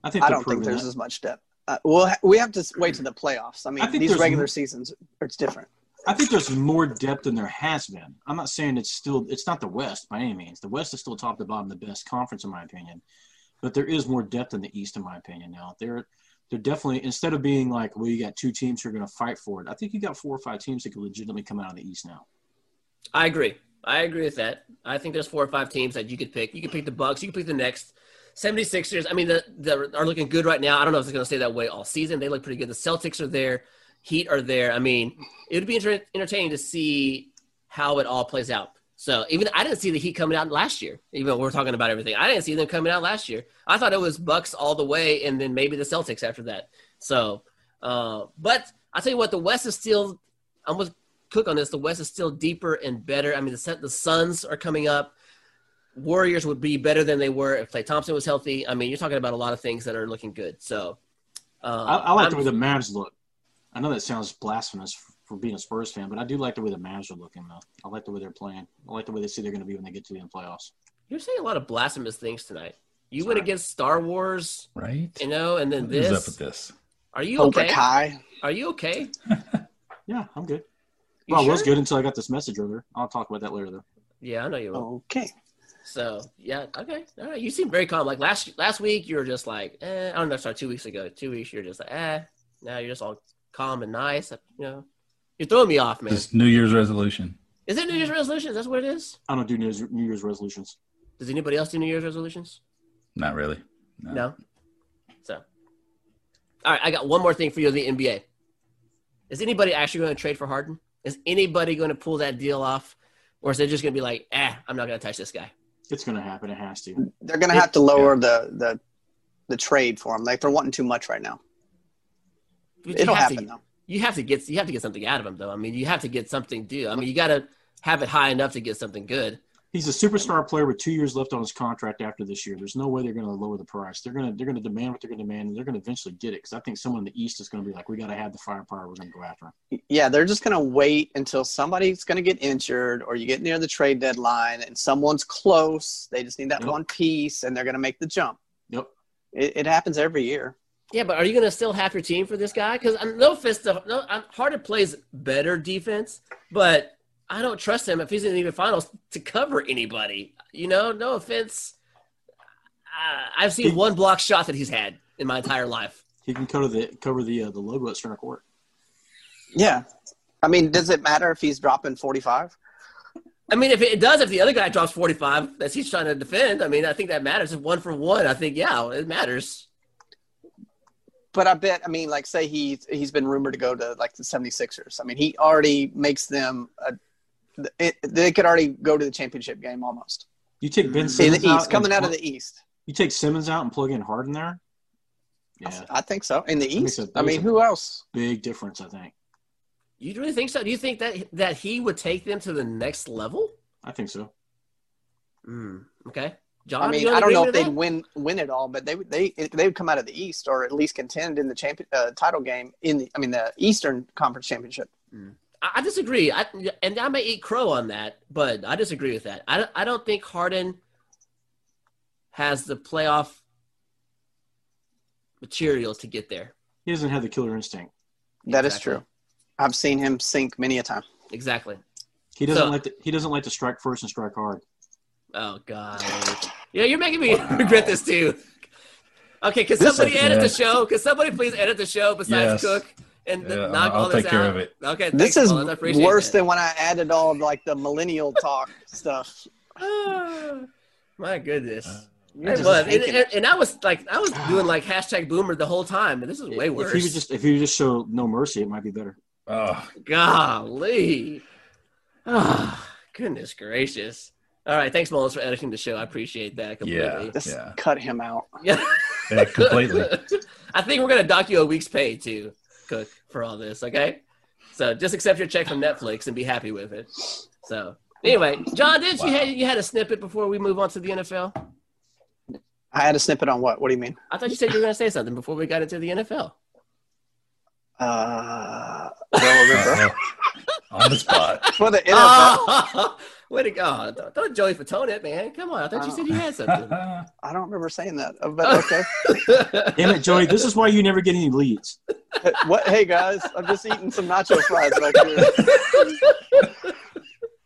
I think
I
they're
don't think
proving
there's
that.
as much depth. Uh, well, ha- we have to s- wait to the playoffs. I mean,
I think
these
there's
regular
m-
seasons, it's different.
I think there's more depth than there has been. I'm not saying it's still it's not the West by any means. The West is still top to bottom the best conference in my opinion, but there is more depth in the East in my opinion now. They're they're definitely instead of being like well you got two teams who are going to fight for it. I think you got four or five teams that could legitimately come out of the East now.
I agree. I agree with that. I think there's four or five teams that you could pick. You could pick the Bucks, you could pick the next 76ers. I mean, the, the are looking good right now. I don't know if it's going to stay that way all season. They look pretty good. The Celtics are there, Heat are there. I mean, it would be enter- entertaining to see how it all plays out. So even I didn't see the Heat coming out last year. Even though we're talking about everything, I didn't see them coming out last year. I thought it was Bucks all the way, and then maybe the Celtics after that. So, uh, but I tell you what, the West is still. I'm with Cook on this. The West is still deeper and better. I mean, the Sun- the Suns are coming up. Warriors would be better than they were if Clay Thompson was healthy. I mean, you're talking about a lot of things that are looking good. So, uh,
I, I like the
I'm-
way the Mavs look. I know that sounds blasphemous for being a Spurs fan, but I do like the way the Mavs are looking though. I like the way they're playing. I like the way they see they're going to be when they get to the playoffs.
You're saying a lot of blasphemous things tonight. You
Sorry.
went against Star Wars,
right.
you know, and then
What is up
this.
with this?
Are you
Cobra
okay?
Kai.
Are you okay?
Yeah, I'm good.
You
well, I was
sure?
good until I got this message over. I'll talk about that later, though.
Yeah, I know you were.
Okay.
So yeah, okay, all right. You seem very calm. Like last last week, you were just like, eh, I don't know. Sorry, two weeks ago, two weeks, you're just like, eh. Now you're just all calm and nice. You know, you're throwing me off, man.
This New Year's resolution.
Is it New Year's resolutions? That's what it is.
I don't do New Year's, New Year's resolutions.
Does anybody else do New Year's resolutions?
Not really. No.
No. Uh, So, all right, I got one more thing for you in the NBA. Is anybody actually going to trade for Harden? Is anybody going to pull that deal off, or is it just going to be like, eh, I'm not going to touch this guy?
It's going to happen. It has to.
They're going to have to lower the, the the trade for them. Like they're wanting too much right now.
But you
It'll
have to-
happen though.
you have to get you have to get something out of him though. I mean, you have to get something due. I mean, you got to have it high enough to get something good.
He's a superstar player with two years left on his contract after this year. There's no way they're going to lower the price. They're going to they're going to demand what they're going to demand, and they're going to eventually get it. Because I think someone in the East is going to be like, we got to have the firepower. We're going to go after him.
Yeah, they're just going to wait until somebody's going to get injured or you get near the trade deadline and someone's close. They just need that
Yep.
one piece and they're going to make the jump.
Yep.
It, it happens every year.
Yeah, but are you going to still half your team for this guy? Because I'm no fist of no. I'm, Harden plays better defense, but I don't trust him if he's in the NBA Finals to cover anybody. You know, no offense. Uh, I've seen one block shot that he's had in my entire life.
He can cover the cover the uh, the logo at center court.
Yeah. I mean, does it matter if he's dropping 45?
I mean, if it does, if the other guy drops 45 that he's trying to defend, I mean, I think that matters. If one for one, I think, yeah, it matters.
But I bet, I mean, like, say he, he's been rumored to go to, like, the 76ers. I mean, he already makes them, a, it, they could already go to the championship game almost.
You take Ben
In the
Simmons
East,
and
coming out of
plug-
the East.
You take Simmons out and plug in Harden there. Yeah,
I think so. In the
makes
East?
a- that
I
makes
mean,
a-
who else?
big difference, I think.
You really think so? Do you think that that he would take them to the next level?
I think so.
Mm, okay. John,
I
do
mean,
you have
I
an
don't know if
agreement
they'd
with
win win it all, but they would- they they would come out of the East or at least contend in the champion uh, title game in the I mean the Eastern Conference Championship.
that? I, I disagree. I, and I may eat crow on that, but I disagree with that. I, don't- I don't think Harden has the playoff materials to get there.
He doesn't have the killer instinct.
That is
Exactly.
true. I've seen him sink many a time.
Exactly.
He doesn't
So-
like to, he doesn't like to strike first and strike hard.
Oh God! Yeah, you're making me
Wow.
regret this too. Okay, can
This
somebody
is
edit the
bad.
show? Can somebody please edit the show besides
Yes.
Cook and th-
Yeah,
knock
Uh, I'll-
all
I'll
this
take care
out?
of it.
Okay,
This
thanks,
is
Mullins. I appreciate
worse
that.
than when I added all like the millennial talk stuff.
Ah, my goodness.
Uh,
You're
It
just
was, and,
taking
and, and I was like, I was doing like hashtag boomer the whole time, and this is way worse.
If he would just if he would just show no mercy, it might be better.
Oh,
Golly. Ah, goodness gracious. All right, thanks, Mullins, for editing the show. I appreciate that completely.
Just
Yeah.
cut him out.
Yeah.
yeah, completely. Uh,
I think we're gonna dock you a week's pay too, Cook, for all this. Okay, so just accept your check from Netflix and be happy with it. So anyway, John, did not you
Wow.
had you had a snippet before we move on to the NFL?
I had a snippet on what? What do you mean?
I thought you said you were gonna say something before we got into the NFL.
Uh, I don't remember.
on the spot.
For the NFL,
Oh, way to go! Don't, don't Joey Fatone it, man. Come on, I thought you said you had something.
I don't remember saying that. uh, But okay.
Damn it, Joey! This is why you never get any leads.
what? Hey guys, I'm just eating some nacho fries back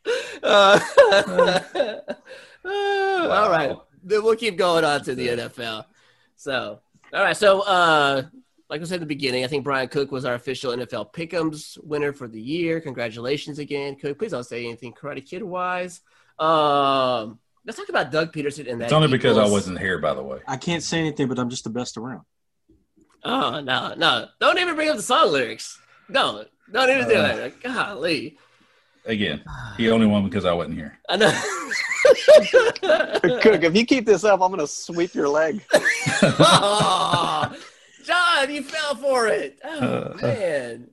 here.
Uh, All right, then we'll keep going on to the NFL. So, all right, so uh, like I said at the beginning, I think Brian Cook was our official NFL Pick'ems winner for the year. Congratulations again, Cook. Please don't say anything Karate Kid wise. Um, let's talk about Doug Peterson and that.
It's only because I
Eagles-
wasn't here, by the way.
I can't say anything, but I'm just the best around.
Oh no, no! Don't even bring up the song lyrics. Don't, don't even do
Uh.
it. Golly,
Again, he only won because I wasn't here.
I know.
Cook, if you keep this up, I'm gonna sweep your leg.
oh, John, you fell for it.
Uh,
Oh, man.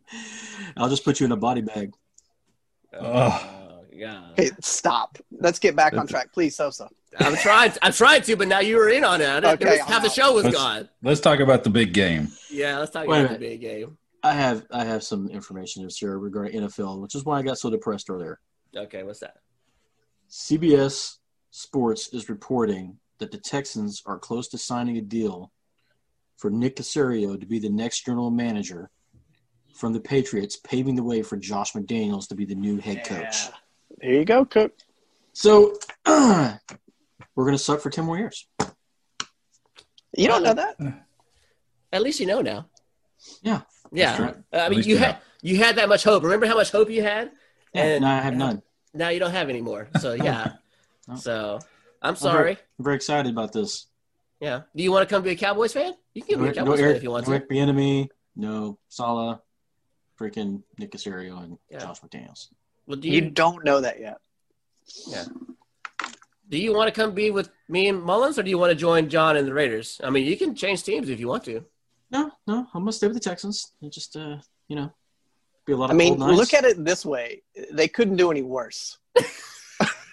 I'll just put you in a body bag.
Uh.
Oh, God.
Hey, stop. Let's get back on
That's-
track, please, Sosa.
I'm trying. I'm trying to, but now you were in on it. I didn't-
Okay,
half the
I'm
show was
out.
gone.
Let's talk about the big game.
Yeah, let's talk
Wait a
about the big game.
I have I have some information here sir, regarding NFL, which is why I got so depressed earlier.
Okay, what's that?
CBS Sports is reporting that the Texans are close to signing a deal for Nick Casario to be the next general manager from the Patriots, paving the way for Josh McDaniels to be the new head coach.
There you go, Cook.
So we're going to suck for 10 more years.
You don't know that?
At least you know now.
Yeah,
Yeah.
right.
I
At
mean,
least
you
you
had you had that much hope. Remember how much hope you had?
Yeah,
And-
no, I have none.
Now you don't have any more. So yeah.
No.
So I'm sorry.
I'm very excited about this.
Yeah. Do you want to come be a Cowboys fan? You can be a Cowboys fan if you want
no
to.
Eric Bieniemy, no Sala, freaking Nick Casario, and
Yeah.
Josh McDaniels.
Well, do
You
you
don't know that yet.
do you want to come be with me and Mullins, or do you want to join John and the Raiders? I mean, you can change teams if you want to.
No, no, I'm gonna stay with the Texans. It just, uh, you know, be a lot
I
of
mean,
cold nights.
look at it this way: they couldn't do any worse.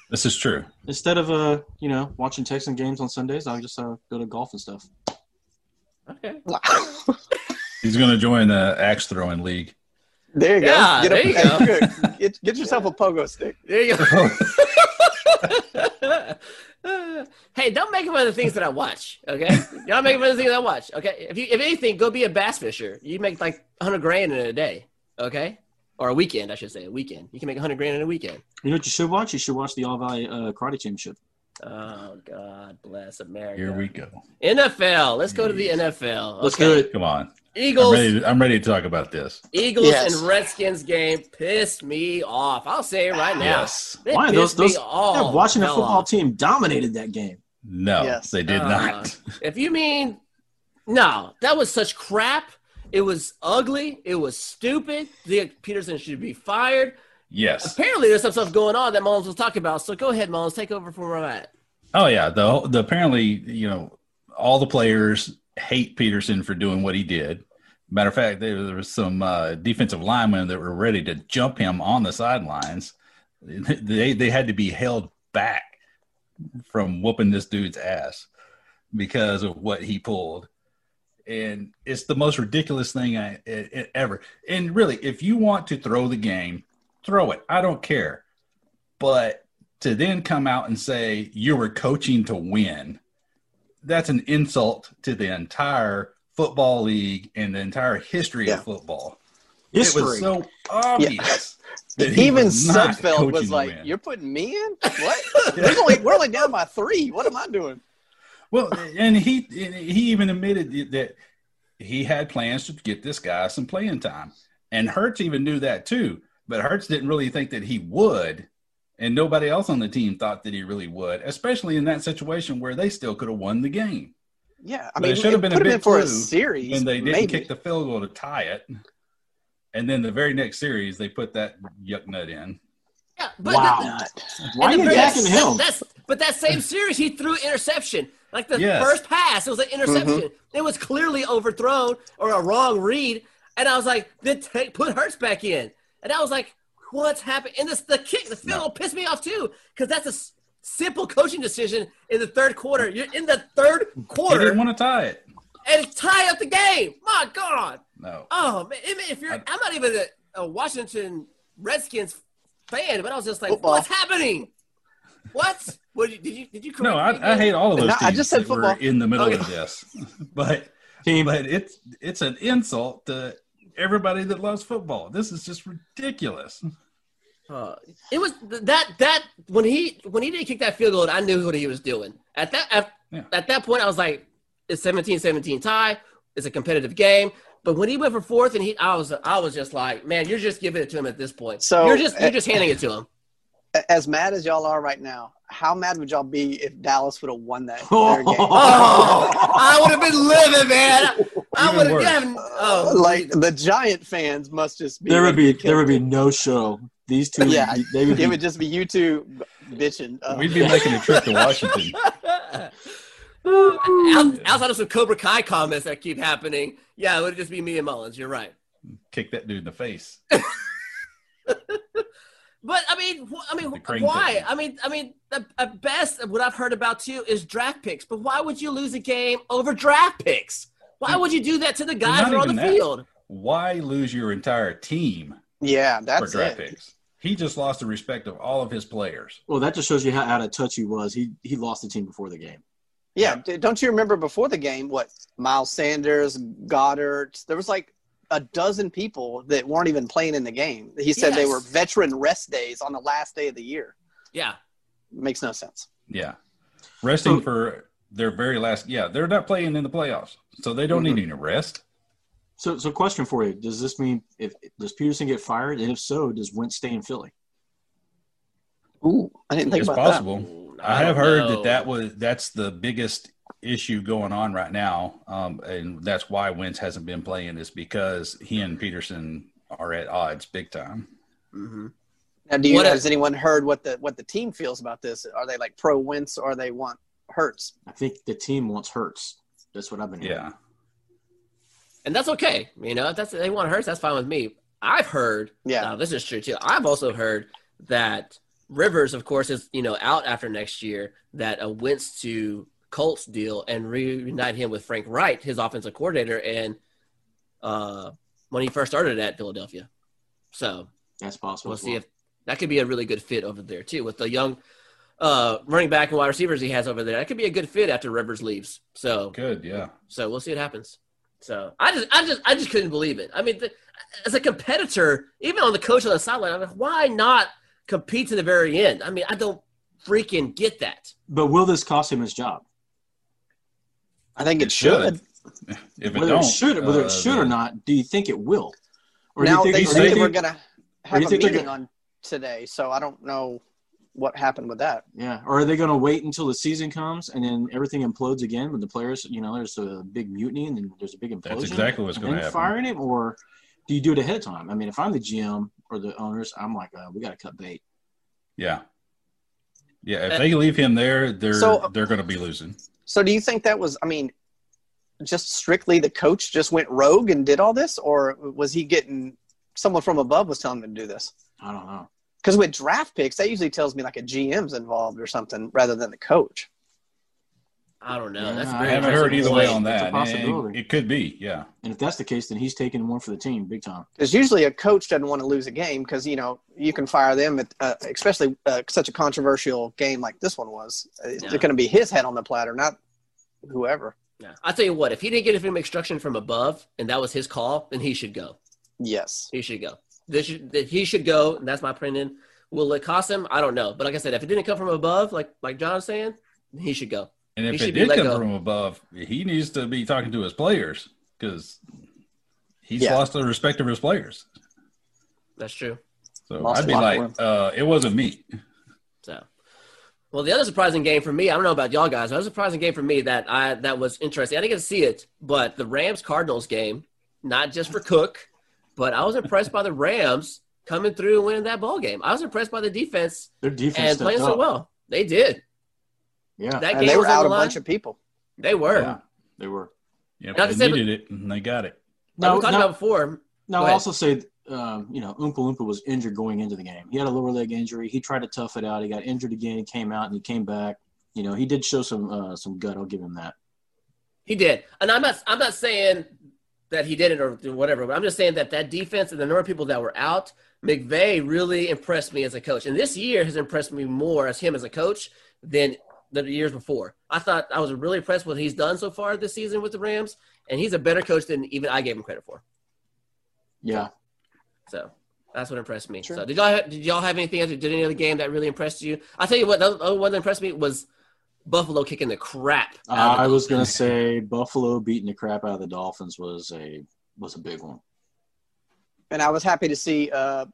This is true.
Instead of uh, you know, watching Texan games on Sundays, I'll just uh, go to golf and stuff.
Okay.
He's going to join the axe throwing league.
there you
Yeah,
go.
there you
hey,
go.
Cook, get, get yourself a pogo stick.
There you go. hey, don't make fun of the things that I watch. Okay, don't make fun of the things I watch. Okay, if you if anything, go be a bass fisher. You make like hundred grand in a day. Okay, or a weekend, I should say, a weekend. You can make hundred grand in a weekend.
You know what you should watch? You should watch the All Valley uh, Karate Championship.
Oh God bless America.
Here we go.
NFL. Let's go to the NFL.
Let's
Okay.
do it.
Come on. I'm
Eagles,
ready, I'm ready to talk about this.
Eagles
Yes.
and Redskins game pissed me off. I'll say it right now.
Yes.
It
Why those
pissed me
those
all
yeah, Washington
Oh, hell
football
off.
team dominated that game.
No,
Yes.
they did
Uh,
not.
If you mean no, that was such crap. It was ugly. It was stupid. The Peterson should be fired.
Yes.
Apparently, there's some stuff going on that Mullins was talking about. So go ahead, Mullins, take over from where I'm at.
Oh yeah. The the apparently you know all the players hate Peterson for doing what he did. Matter of fact, there, there was some uh, defensive linemen that were ready to jump him on the sidelines. They they had to be held back from whooping this dude's ass because of what he pulled. And it's the most ridiculous thing I it, it ever. And really, if you want to throw the game, throw it. I don't care. But to then come out and say you were coaching to win that's an insult to the entire football league and the entire history
Yeah.
of football
History.
it was so obvious that he
Even
was not
Sudfeld
coaching
was
to
like,
win.
"You're putting me in? What? There's only, we're only down by three. What am I doing?"
well and he and he even admitted that he had plans to get this guy some playing time and hertz even knew that too but hertz didn't really think that he would and nobody else on the team thought that he really would especially in that situation where they still could have won the game
Yeah, I
But it
mean,
should have been a
put him
big
in for a
clue,
series,
and they didn't
maybe.
kick the field goal to tie it. And then the very next series, they put that yuck nut in.
Yeah, but
wow.
that-
Why are
and
you
the-
attacking
that's-
him?
That's, but that same series, he threw interception. Like the
Yes. Mm-hmm.
first pass, it was an interception. It was clearly overthrown or a wrong read. And I was like, then take, put Hurts back in. And I was like, what's happened? And this, the kick, the field
No.
goal pissed me off too, because that's a s- simple coaching decision in the third quarter. You're in the third
They
quarter
didn't want to tie it.
and tie up the game. My God.
No.
Oh, man. I mean, If you're,
I-
I'm not even a, a Washington Redskins fan, but I was just like,
Football.
what's happening? What? what did you did you correct
No,
me
I, I
again?
hate all of those
No,
teams
I just said
that were
football.
in the middle
Okay.
of this. but
Team,
but it's it's an insult to everybody that loves football. This is just ridiculous.
Uh, it was th- that that when he when he didn't kick that field goal, I knew what he was doing. At that at,
Yeah.
at that point, I was like, it's 17-17 tie. It's a competitive game. But when he went for fourth, and he I was I was just like, man, you're just giving it to him at this point.
So- eh,
you're just you're just handing it to him.
As mad as y'all are right now, how mad would y'all be if Dallas would have won that their game?
Oh, I would have been living, man. I
Even
would have
worse.
gotten. Oh,
like the Giant fans must just be.
there would be
ready to kill
there would
me.
be no show. These two,
Yeah.
they would be
It would just be you two bitching. Uh,
We'd be making a trip to Washington.
Out- Outside of some Cobra Kai comments that keep happening, yeah, it would just be me and Mullins. You're right.
Kick that dude in the face.
But I mean, wh- I mean,
The crane
why?
thing.
I mean, I mean, the at best what I've heard about too is draft picks. But why would you lose a game over draft picks? Why would you do that to the guys
not
that are on the
even that.
field?
Why lose your entire team
yeah,
for
that's
draft
it.
picks? He just lost the respect of all of his players.
Well, that just shows you how out of touch he was. He he lost the team before the game.
Yeah, d- don't you remember before the game what Miles Sanders, Goddard? There was like a dozen people that weren't even playing in the game. He said they
Yes.
were veteran rest days on the last day of the year.
Yeah,
Makes no sense.
Yeah. Resting
So-
for their very last. Yeah, they're not playing in the playoffs, so they don't need
Mm-hmm.
any rest.
So so question for you: Does this mean if does Peterson get fired, and if so, does Wentz stay in Philly?
Ooh, I didn't think
It's
about
possible. I, have
don't
heard
know.
that that was that's the biggest issue going on right now, um, and that's why Wentz hasn't been playing is because he and Peterson are at odds big time.
Mhm.
that. Now, do you
What a-
has anyone heard what the what the team feels about this? Are they like pro Wentz or they want Hurts?
I think the team wants Hurts. That's what I've been. hearing.
Yeah,
and that's okay. You know, if that's they want hurts. That's fine with me. I've heard
Yeah,
Now, this is true too. I've also heard that Rivers, of course, is you know out after next year. That a Wentz to Colts deal and reunite him with Frank Wright, his offensive coordinator, and uh, when he first started at Philadelphia. So
that's possible.
we'll
as
see
well.
if that could be a really good fit over there too with the young uh, running back and wide receivers he has over there. That could be a good fit after Rivers leaves. So
good. Yeah,
so we'll see what happens. So I just, I just, I just couldn't believe it. I mean, the, as a competitor, even on the coach on the sideline, I'm like, why not compete to the very end? I mean, I don't freaking get that.
But will this cost him his job?
I think it,
It
should.
should. If it
whether
don't,
it should, whether
uh,
it should or
then-
not, do you think it will? Or
now
do you
they
or
think,
do
said
you
they were
think-
gonna
or
have
do you
a
think they're
meeting on today, so I don't know what happened with that.
yeah, or are they going to wait until the season comes and then everything implodes again when the players, you know, there's a big mutiny and then there's a big implosion?
That's exactly what's
and
going
then
to
you're
happen.
firing him, or do you do it ahead of time? I mean, if I'm the GM or the owners, I'm like, uh, we got to cut bait.
Yeah, yeah. If they leave him there, they're
So-
they're going to be losing.
So do you think that was? I mean, just strictly the coach just went rogue and did all this, or was he getting someone from above was telling him to do this?
I don't know.
Because with draft picks, that usually tells me like a GM's involved or something rather than the coach.
I don't know.
Yeah,
That's a
I
I
very
haven't heard either way on
It's a
that. and It,
possibility.
it could be, yeah.
And if that's the case, then he's taking one for the team, big time.
Because usually a coach doesn't want to lose a game because you know you can fire them, at, uh, especially uh, such a controversial game like this one was. uh, It's
Yeah.
going to be his head on the platter, not whoever.
Yeah. I tell you what, if he didn't get him instruction from above and that was his call, then he should go.
Yes,
He should go. This should, that he should go, and that's my opinion. Will it cost him? I don't know. But like I said, if it didn't come from above, like like John was saying, he should go.
And
He
if
should
it
be
did
let
come
go.
from above, he needs to be talking to his players because he's
Yeah.
lost the respect of his players.
That's true.
So
Lost
I'd
the
be
locker
like,
room.
uh, it wasn't me.
So, well, the other surprising game for me, I don't know about y'all guys, but a surprising game for me that I that was interesting. I didn't get to see it, but the Rams Cardinals game, not just for Cook, but I was impressed by the Rams coming through and winning that ball game. I was impressed by the defense
Their defense
and
stepped
playing
up.
so well. They did.
Yeah,
That game
and they were
was on
out
the
a
line.
bunch of people.
They were.
Yeah.
they were.
Yeah,
Like I
they
said,
needed it and they got it.
Like
No,
we talked
no.
about before.
Now,
Go
I
ahead.
also say, um, you know, Oompa Loompa was injured going into the game. He had a lower leg injury. He tried to tough it out. He got injured again. He came out and he came back. You know, he did show some uh, some gut. I'll give him that.
He did, and I'm not. I'm not saying that he did it or whatever, but I'm just saying that that defense and the number of people that were out, McVay really impressed me as a coach, and this year has impressed me more as him as a coach than the years before. I thought I was really impressed with what he's done so far this season with the Rams, and he's a better coach than even I gave him credit for.
Yeah,
So that's what impressed me.
Sure.
So did y'all did y'all have anything after did any other game that really impressed you? I will tell you what, the other one that impressed me was Buffalo kicking the crap. Out
I
of
was gonna say Buffalo beating the crap out of the Dolphins was a was a big one.
And I was happy to see uh,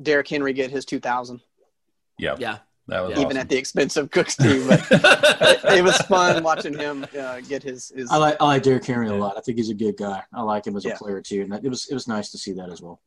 Derrick Henry get his two thousand,
Yeah,
the, yeah.
that was
Yeah.
awesome.
even at the expense of Cook's team. But it was fun watching him uh, get his. his
I like I like Derrick Henry a
Yeah.
lot. I think he's a good guy. I like him as a
Yeah.
player too, and that- it was it was nice to see that as well.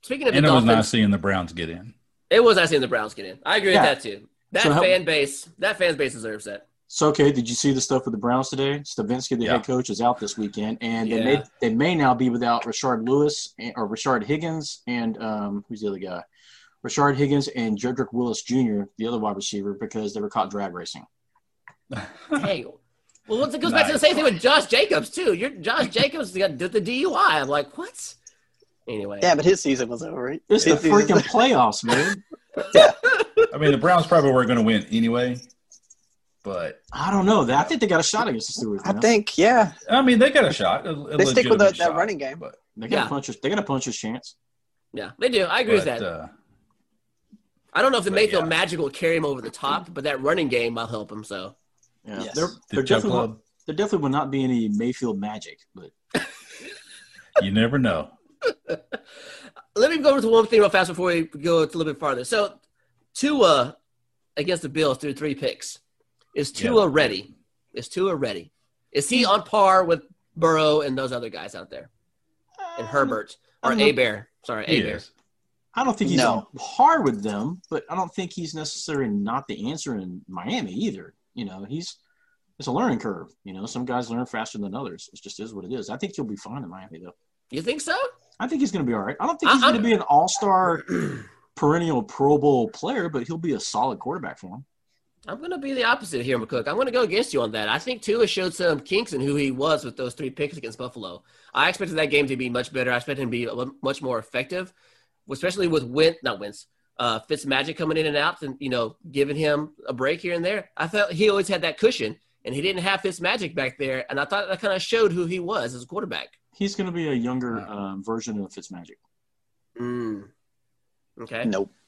Speaking of
and
the
it was
Dolphins,
nice seeing the Browns get in.
It was nice seeing the Browns get in. I agree
Yeah.
with that too. That
So how-
fan base, that fan base deserves that.
So, okay, did you see the stuff with the Browns today? Stavinsky, the
Yeah.
head coach, is out this weekend, and they
Yeah.
may they may now be without Richard Lewis and, or Richard Higgins and um, who's the other guy? Richard Higgins and Jedrick Willis Jr., the other wide receiver, because they were caught drag racing.
Hey, well, it goes back to the
Nice.
same thing with Josh Jacobs too. Your Josh Jacobs got did the DUI. I'm like, what? Anyway,
yeah, but his season was over. Right?
It's the
His season-
freaking playoffs, man.
I mean, the Browns probably weren't going to win anyway, but
I don't know. I think they got a shot against the Steelers.
I
man.
think, yeah,
I mean, they got a shot. a- a
They stick with
legitimate
that- that
shot,
running game.
But,
they got
Yeah.
a puncher's. They got a puncher's chance.
yeah, they do. I agree with
but,
that.
uh,
I don't know if the
but
Mayfield
yeah.
Magic will carry him over the top, but that running game might help him. So
Yeah,
Yes.
there,
the
there
Chubb
definitely will,
Club,
there definitely will not be any Mayfield magic, but
you never know.
let me go over to one thing real fast before we go a little bit farther. So Tua against the Bills threw three picks. Is
Yeah.
Tua ready? Is Tua ready? Is he on par with Burrow and those other guys out there? And Herbert or
I'm
A
not-
Bear? Sorry,
He
A Bear.
is.
I don't think he's
No.
on par with them, but I don't think he's necessarily not the answer in Miami either. You know, he's it's a learning curve. You know, some guys learn faster than others. It just is what it is. I think he'll be fine in Miami though.
You think so?
I think he's going to be all right. I don't think he's
I- I'm-
going to be an All Star, perennial Pro Bowl player, but he'll be a solid quarterback for him.
I'm going to be the opposite here, McCook. I'm going to go against you on that. I think Tua showed some kinks in who he was with those three picks against Buffalo. I expected that game to be much better. I expected him to be a lo- much more effective, especially with Win, not Wins, uh, Fitzmagic coming in and out and, you know, giving him a break here and there. I felt he always had that cushion, and he didn't have Fitzmagic back there, and I thought that kind of showed who he was as a quarterback.
He's going to be a younger um, version of Fitzmagic.
Mm. Okay.
Nope.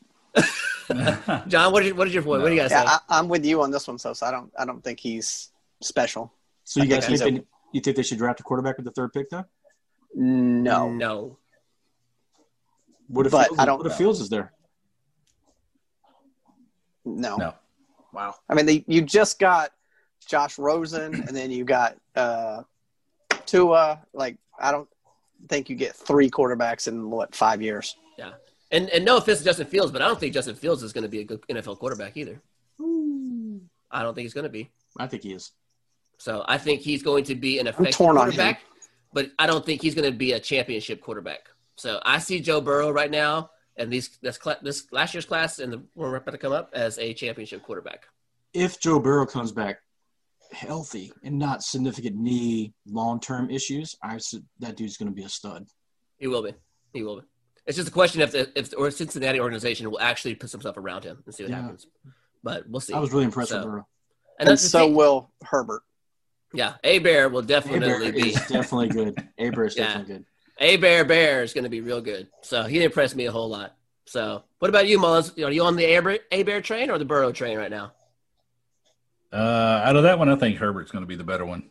John, what is, what is your point? What do you guys
Yeah,
say?
I, I'm with you on this one, so, so I don't, I don't think he's special.
So you
I think
guys
he's
think they, You think they should draft a quarterback with the third pick, though?
No.
No.
What if
But
Fields,
I don't
what if
know.
Fields is there?
No.
No.
Wow.
I mean, they, you just got Josh Rosen, and then you got uh, Tua. Like, I don't think you get three quarterbacks in what five years.
And and no offense to Justin Fields, but I don't think Justin Fields is going to be a good NFL quarterback either. I don't think he's going to be.
I think he is.
So I think he's going to be an effective
torn on him.
quarterback, but I don't think he's going to be a championship quarterback. So I see Joe Burrow right now, and these this cla this last year's class and the one we're about to come up as a championship quarterback.
If Joe Burrow comes back healthy and not significant knee long term issues, I said that dude's going to be a stud.
He will be. He will be. It's just a question if the if the or Cincinnati organization will actually put some stuff around him and see what
Yeah.
happens. But we'll see.
I was really impressed
So,
with Burrow.
and
And,
that's the
so
thing.
will Herbert.
yeah, A Bear will definitely
Abear
be
is definitely good. Abear is
Yeah.
definitely good.
A Bear Bear is going to be real good. So he impressed me a whole lot. So what about you, Mullins? Are you on the A Bear, a Bear train or the Burrow train right now?
Uh, out of that one, I think Herbert's going to be the better one.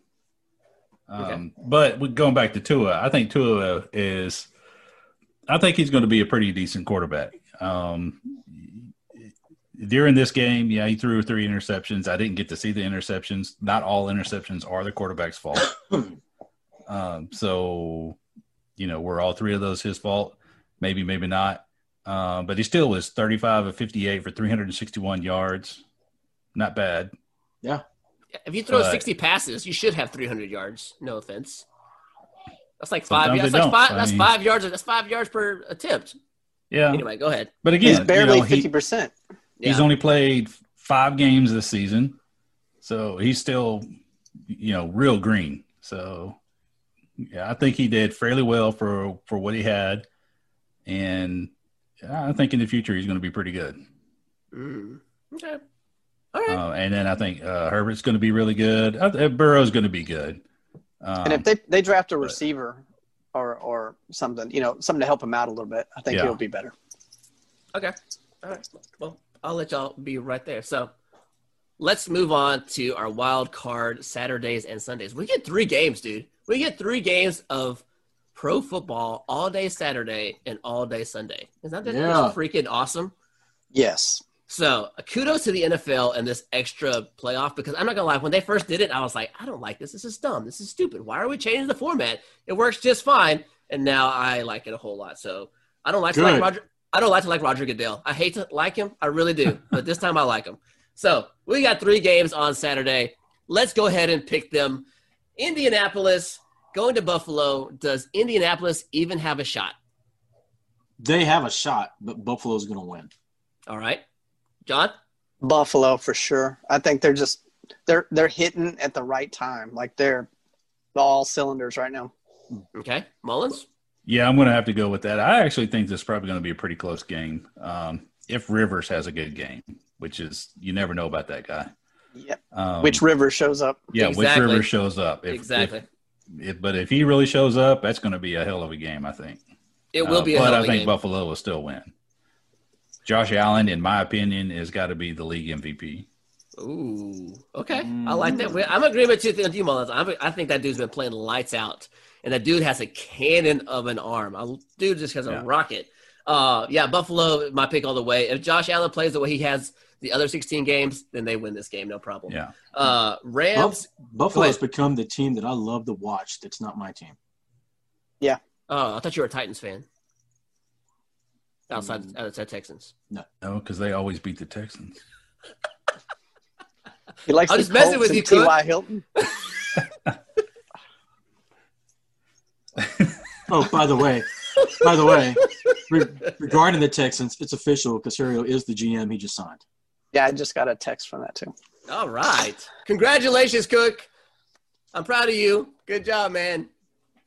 Um,
Okay.
But with- going back to Tua, I think Tua is, I think he's going to be a pretty decent quarterback. Um, during this game, yeah, he threw three interceptions. I didn't get to see the interceptions. Not all interceptions are the quarterback's fault. um, so, you know, were all three of those his fault? Maybe, maybe not. Um, but he still was 35 of 58 for 361 yards. Not bad.
If you throw
Uh,
60 passes, you should have 300 yards. No offense. That's like five.
Sometimes
That's
they
like
don't.
five.
I
That's
mean-
five yards. That's five yards per attempt.
Yeah,
Anyway, go ahead.
but again,
He's barely
you know, he-
fifty percent.
Yeah.
he's only played five games this season, so he's still, you know, real green. So, yeah, I think he did fairly well for for what he had, and I think in the future he's going to be pretty good.
Mm. Okay. All right.
Uh, and then I think uh, Herbert's going to be really good. I, uh, Burrow's going to be good. Um,
And if they they draft a
but-
receiver or or something, you know, something to help him out a little bit, I think
Yeah.
he'll be better.
Okay. All right. Well, I'll let y'all be right there. So let's move on to our wild card Saturdays and Sundays. We get three games, dude. We get three games of pro football all day Saturday and all day Sunday. Isn't that just
Yeah.
freaking awesome?
Yes.
So uh, kudos to the NFL and this extra playoff because I'm not gonna lie, when they first did it, I was like, I don't like this. This is dumb. This is stupid. Why are we changing the format? It works just fine, and now I like it a whole lot. So I don't like to like
Good.
Roger. I don't like to like Roger Goodell. I hate to like him. I really do, but this time I like him. So we got three games on Saturday. Let's go ahead and pick them. Indianapolis going to Buffalo. Does Indianapolis even have a shot?
They have a shot, but Buffalo's going to win.
All right, John.
Buffalo for sure. I think they're just they're they're hitting at the right time. Like they're all cylinders right now.
Okay, Mullins.
yeah, I'm going to have to go with that. I actually think this is probably going to be a pretty close game um, if Rivers has a good game, which is you never know about that guy.
Yeah.
Um,
Which river shows up?
Yeah,
Exactly.
which river shows up. If,
exactly.
If, if- but if he really shows up, that's going to be a hell of a game, I think.
It will
Uh,
be a
But
hell
I
of a
think
game.
Buffalo will still win. Josh Allen, in my opinion, has got to be the league MVP.
Ooh, okay, I like that. We- I'm agreeing with you, with you Mullins. I'm, I think that dude's been playing lights out, and that dude has a cannon of an arm. I, dude just has a
Yeah.
rocket. Uh, yeah, Buffalo, my pick all the way. If Josh Allen plays the way he has the other 16 games, then they win this game, no problem.
Yeah.
Uh, Rams.
Buffalo's become the team that I love to watch. That's not my team.
Oh, I thought you were a Titans fan. Outside,
Mm.
outside Texans.
No, because they always beat the Texans.
He likes
I'm
the
just messing with
Colts and
you, Cook.
T.Y. Hilton.
Oh, by the way, by the way, re- regarding the Texans, it's official. Casario is the GM. He just signed.
Yeah, I just got a text from that too.
All right. Congratulations, Cook. I'm proud of you. Good job, man.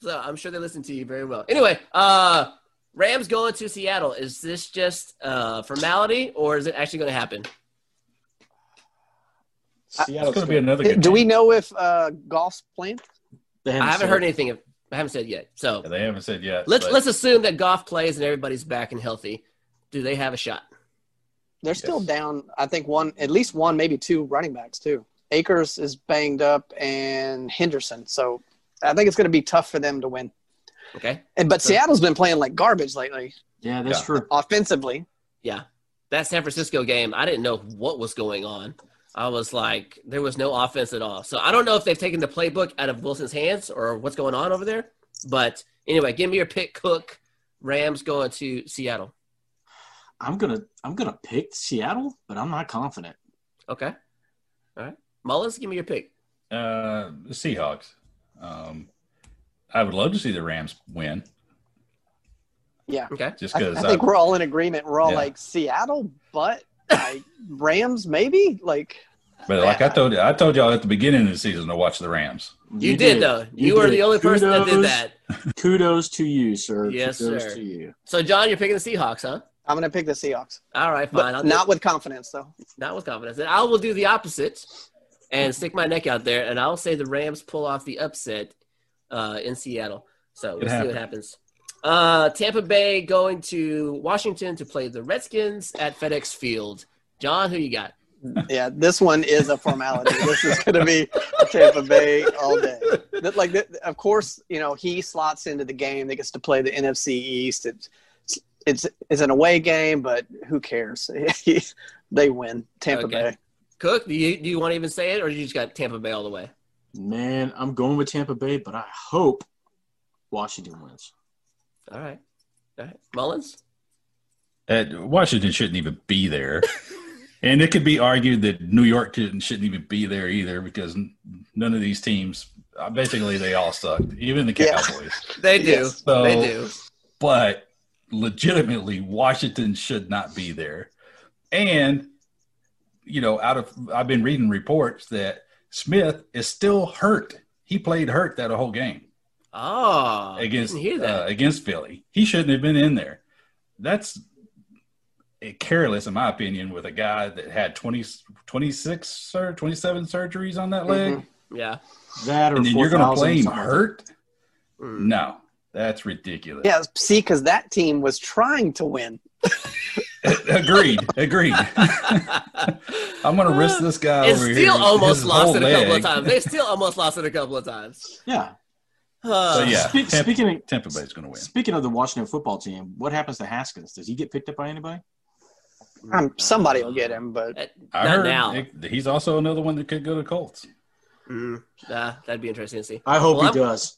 So I'm sure they listen to you very well. Anyway, uh, Rams going to Seattle. Is this just uh, formality or is it actually going to happen?
It's going to be another good
Do we
game.
know if uh, golf's playing?
They
I haven't
said
heard
it.
anything. Of, I haven't said yet. So
Yeah, They haven't said yet.
let's
but
let's assume that Goff plays and everybody's back and healthy. Do they have a shot?
They're still
Yes.
down. I think one, at least one, maybe two running backs too. Akers is banged up, and Henderson. So I think it's going to be tough for them to win.
Okay.
And but
So-
Seattle's been playing like garbage lately
Yeah, that's
Yeah.
true.
offensively.
Yeah. That San Francisco game, I didn't know what was going on. I was like, there was no offense at all. So I don't know if they've taken the playbook out of Wilson's hands or what's going on over there. But anyway, give me your pick, Cook. Rams going to Seattle.
I'm gonna I'm gonna pick Seattle, but I'm not confident.
Okay. All right. Mullins, give me your pick.
Uh, the Seahawks. Um, I would love to see the Rams win
Yeah,
Okay.
just
I,
because
I
uh,
think we're all in agreement. We're all
Yeah.
like Seattle, but I, Rams maybe like
But like I told you, I told y'all at the beginning of the season to watch the Rams.
You, did, though. You, were
did.
the only person that did
Kudos-
that.
Kudos to you, sir.
Yes,
Kudos
sir.
to you.
So John, you're picking the Seahawks, huh?
I'm going to pick the Seahawks,
All right,
but
fine. I'll do-
not with confidence though.
not with confidence. And I will do the opposite and stick my neck out there, and I'll say the Rams pull off the upset uh, in Seattle. So we'll see what
happened.
happens. Uh, Tampa Bay going to Washington to play the Redskins at FedEx Field. John, who you got?
Yeah, this one is a formality. this is going to be Tampa Bay all day. That- Like, that- of course, you know he slots into the game that gets to play the NFC East. It's it's, it's an away game, but who cares? they win. Tampa
Okay.
Bay.
Cook, do you do you want to even say it, or you just got Tampa Bay all the way?
Man, I'm going with Tampa Bay, but I hope Washington wins.
All right, all right. Mullins,
At Uh, Washington shouldn't even be there, and it could be argued that New York didn't, shouldn't even be there either because n- none of these teams, uh, basically, they all sucked, even the
Yeah.
Cowboys.
they do,
Yes.
So-
they do.
But legitimately, Washington should not be there, and you know, out of I've been reading reports that Smith is still hurt. He played hurt that whole game.
Oh,
against
I didn't hear that.
uh, against Philly. He shouldn't have been in there. That's eh, careless, in my opinion, with a guy that had 20, 26 or 27 surgeries on that leg.
yeah,
That Mm-hmm. or
And then you're going to
4,000
play him
something like that.
hurt?
Mm.
No, that's ridiculous.
Yeah, see, because that team was trying to win.
agreed. Agreed. I'm going to risk this guy
and
over
still
here. His-
almost
his
lost
whole
it a couple of
leg.
times. They still almost lost it a couple of times.
Yeah.
Uh,
So, yeah.
Speak-
Tampa-
speaking of-
Tampa Bay's going to win.
Speaking of the Washington football team, what happens to Haskins? Does he get picked up by anybody?
Um, somebody will get him, but
That-
I
not
heard
now.
it- he's also another one that could go to Colts.
Mm, nah, that'd be interesting to see.
I hope
Well,
he does.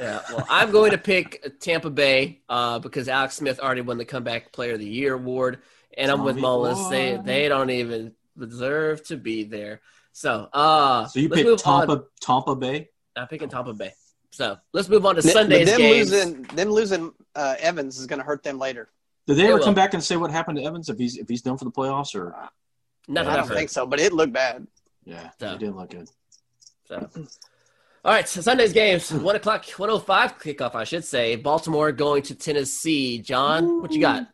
Yeah, well, I'm going to pick Tampa Bay uh, because Alex Smith already won the Comeback Player of the Year award, and I'm with
Tommy
Mullins. They
boy.
they don't even deserve to be there. So, uh,
So you
let's
pick
move on.
Tampa, Tampa Bay?
I'm picking Tampa Bay. So let's move on to
Th- but
Sunday's
them
games.
losing them losing uh, Evans is going to hurt them later.
Did they
They
ever
will. Uh,
come back and say what happened to Evans if he's if he's done for the playoffs or
Nothing
I
I've
don't
heard.
think so, but it looked bad.
yeah,
No.
he didn't look good.
So. All right, so Sunday's games, one o'clock, one oh five kickoff, I should say. Baltimore going to Tennessee. John, what you got?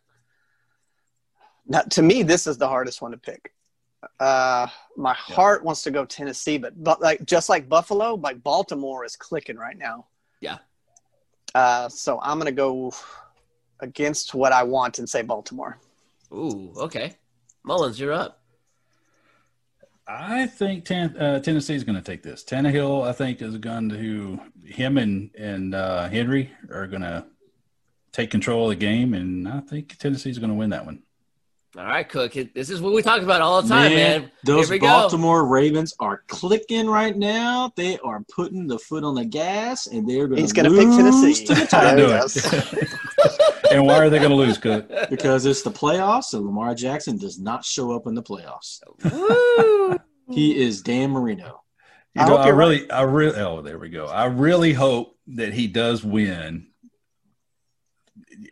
Now, to me, this is the hardest one to pick. Uh, my
Yeah.
heart wants to go Tennessee, but, but like just like Buffalo, like Baltimore is clicking right now.
Yeah.
Uh, so I'm going to go against what I want and say Baltimore.
Ooh, okay. Mullins, you're up.
I think ten, uh, Tennessee is going to take this. Tannehill, I think, is going to him and and uh, Henry are going to take control of the game, and I think Tennessee's going to win that one.
All right, Cook. it- This is what we talk about all the time, man.
Those
Here we go.
Baltimore Ravens are clicking right now. They are putting the foot on the gas, and they're going
He's
to
going to pick Tennessee.
to the
There
I
he
knew
Titans
goes.
it. and why are they going to lose, Cook?
because it's the playoffs, and Lamar Jackson does not show up in the playoffs.
Woo! Mm.
He is Dan Marino.
You
I
know,
hope
I,
you're
really, I really, oh, there we go. I really hope that he does win,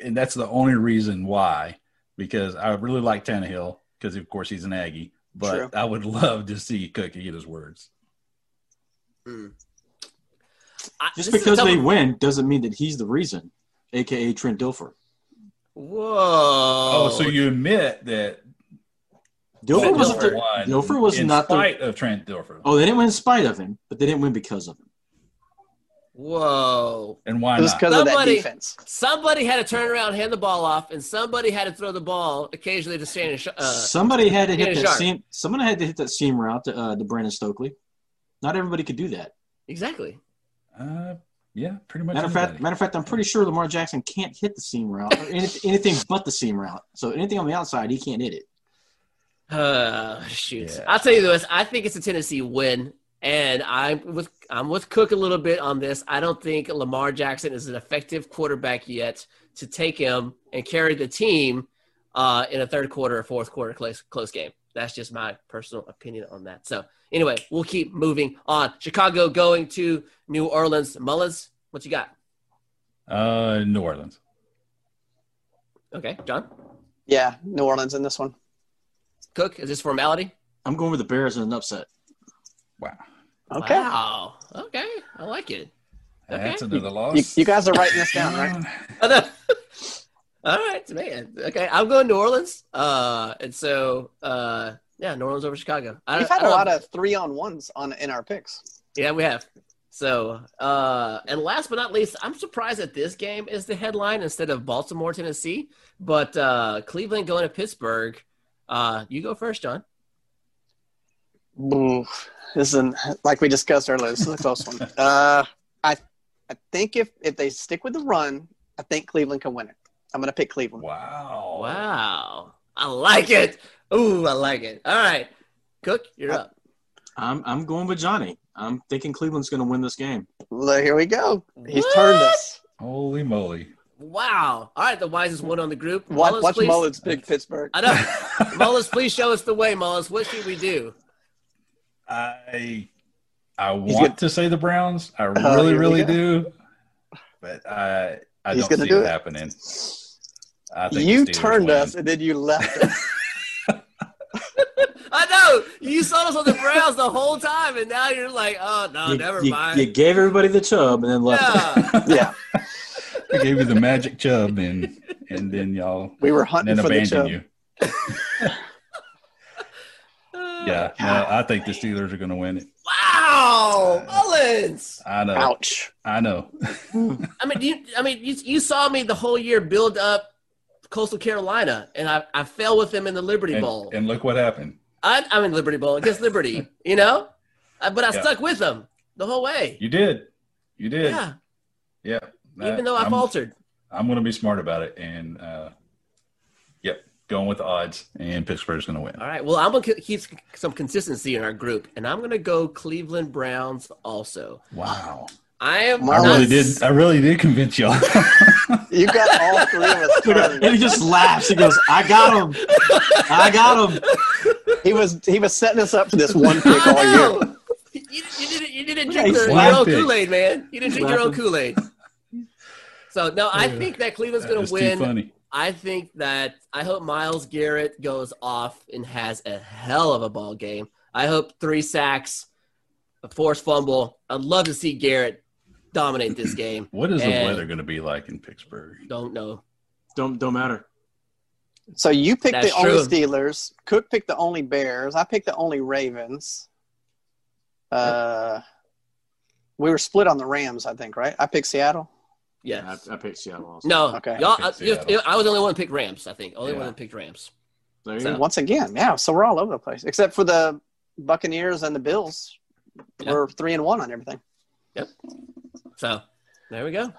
and that's the only reason why, because I really like Tannehill, because of course he's an Aggie. But
True.
I would love to see Cook get his words.
Mm. I-
Just
this is
because
tough-
they win doesn't mean that he's the reason, aka Trent Dilfer.
Whoa.
Oh, so you admit that
Dilfer
Trent
was
Dilfer.
the, Dilfer was
in
not the-
spite of Trent Dilfer.
oh they didn't win in spite of him, but they didn't win because of him.
Whoa.
And why
It was
not?
because of that
Somebody-
defense.
Somebody had to turn around, hand the ball off, and somebody had to throw the ball occasionally to Shannon. Sh- Uh,
somebody had to hit
Shannon
that
Sharp.
seam. Someone had to hit that seam route to, uh, to Brandon Stokely. Not everybody could do that.
exactly.
Uh, Yeah, pretty much.
Matter of fact,
anybody.
matter of fact, I'm pretty sure Lamar Jackson can't hit the seam route or any, anything but the seam route. So anything on the outside, he can't hit it.
Uh, shoot.
Yeah.
I'll tell you this. I think it's a Tennessee win, and I'm with I'm with Cook a little bit on this. I don't think Lamar Jackson is an effective quarterback yet to take him and carry the team uh, in a third quarter or fourth quarter close, close game. That's just my personal opinion on that. So anyway, we'll keep moving on. Chicago going to New Orleans. Mullins, what you got?
Uh, New Orleans.
Okay, John
Yeah, New Orleans in this one.
Cook. Is this formality?
I'm going with the Bears in an upset.
Wow,
Okay.
Wow. Okay, I like it. Okay.
that's another loss.
You, you guys are writing this down, right?
Oh, no. All right, man. Okay, I'm going New Orleans. Uh, and so uh, yeah, New Orleans over Chicago. I,
We've
I
had a
don't-
lot of three on ones on in our picks.
yeah, we have. So uh, and last but not least, I'm surprised that this game is the headline instead of Baltimore, Tennessee. But uh, Cleveland going to Pittsburgh. Uh, you go first, John.
Ooh, This is an, like we discussed earlier. This is a close one. Uh, I, I think if if they stick with the run, I think Cleveland can win it. I'm gonna pick Cleveland.
Wow.
Wow, I like it. Ooh, I like it. All right, Cook,
Uh,
you're up.
I'm I'm going with Johnny. I'm thinking Cleveland's going to win this game.
Well, here we go. He's turned
What?
us.
Holy moly.
Wow. All right, the wisest one on the group.
Watch,
Mullins,
watch
please.
Mullins pick Pittsburgh.
I know. Mullins, please show us the way, Mullins. What should we do?
I I
He's
want to say the Browns. I really,
Oh, here we
really
go.
do. But I I
He's
don't
gonna
see
do
it,
it.
happening. I think
You
the Steelers
turned
win.
us and then you left us.
I know you sold us on the Browns the whole time, and now you're like, oh no,
you,
never
you-
mind.
you gave everybody the chub and then left. it.
yeah.
yeah,
I gave you the magic chub and and then y'all
we were
and
hunting
then
for the show.
abandoned you. Yeah. No, I think the Steelers are gonna win it.
Wow, Mullins.
I know.
Ouch.
I know.
I mean, you, I mean, you, you saw me the whole year build up Coastal Carolina, and I, I fell with them in the Liberty
And,
Bowl.
and look what happened.
I, I'm in Liberty Bowl against Liberty, you know, I, but I
Yeah.
stuck with them the whole way.
You did. You did.
Yeah,
Yeah.
even though I
I'm-
faltered.
I'm going to be smart about it, and uh, yep, going with the odds, and Pittsburgh's going to win.
All right. Well, I'm gonna ke- keep some consistency in our group, and I'm gonna go Cleveland Browns also.
Wow,
I am.
I
I
not-
really did. I really did convince y'all.
You got all three of us
And
turned.
he just laughs. He goes, "I got him. I got him."
He was he was setting us up for this one pick all year.
I know. You, you didn't. You didn't
Yeah,
drink
he's
your, your own
laughing.
Kool Aid, man. You didn't drink your own
Laughing.
Kool Aid. So no, I
Yeah.
think that Cleveland's
That
gonna
was too
win.
funny.
I think that I hope Miles Garrett goes off and has a hell of a ball game. I hope three sacks, a forced fumble. I'd love to see Garrett dominate this game.
What is
And-
the weather going to be like in Pittsburgh?
Don't know.
Don't don't matter.
So you picked
That's
the only
true.
Steelers. Cook picked the only Bears. I picked the only Ravens. Uh, we were split on the Rams, I think, right? I picked Seattle.
Yes.
I, I picked Seattle. Also.
No,
Okay.
y'all.
I
I,
picked Seattle.
I was the only one who picked Rams. I think only
Yeah.
one that picked Rams.
There you
So-
go.
Once again, yeah. So we're all over the place, except for the Buccaneers and the Bills.
Yeah.
We're three and one on everything.
So there we go.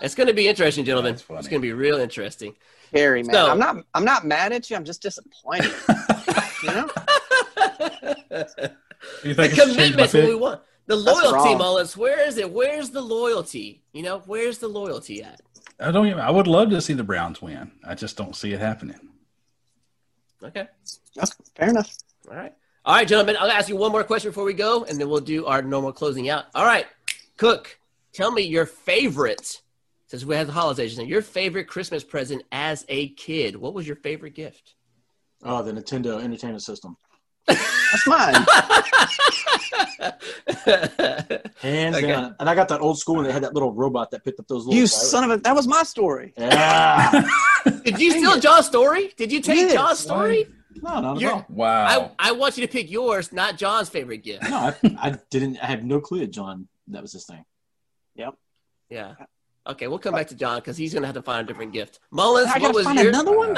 It's going to be interesting, gentlemen.
That's funny.
It's going to be real interesting.
Scary man.
So-
I'm not. I'm not mad at you. I'm just disappointed. you know.
the
You think I should change my
commitment's what we
pick?
want. The
That's
loyalty,
wrong.
Mullins. Where is it? Where's the loyalty? You know, where's the loyalty at?
I don't. Even, I would love to see the Browns win. I just don't see it happening.
Okay.
Fair enough.
All right. All right, gentlemen. I'll ask you one more question before we go, and then we'll do our normal closing out. All right, Cook, tell me your favorite. Since we had the holidays, your favorite Christmas present as a kid. What was your favorite gift?
Oh, the Nintendo Entertainment System,
That's mine.
hands
Okay.
down. And I got that old school one that had that little robot that picked up those little.
you son of a. That was my story.
Yeah.
Did you
Dang
steal
it.
John's story? Did you take
Yes.
John's story?
No, not at
You're-
all.
I,
Wow.
I want you to pick yours, not John's favorite gift.
No, I, I didn't. I had no clue that John that was his thing.
Yeah. Okay, we'll come back to John because he's gonna have to find a different gift. Mullins,
I
what
gotta
was
find
your
another one.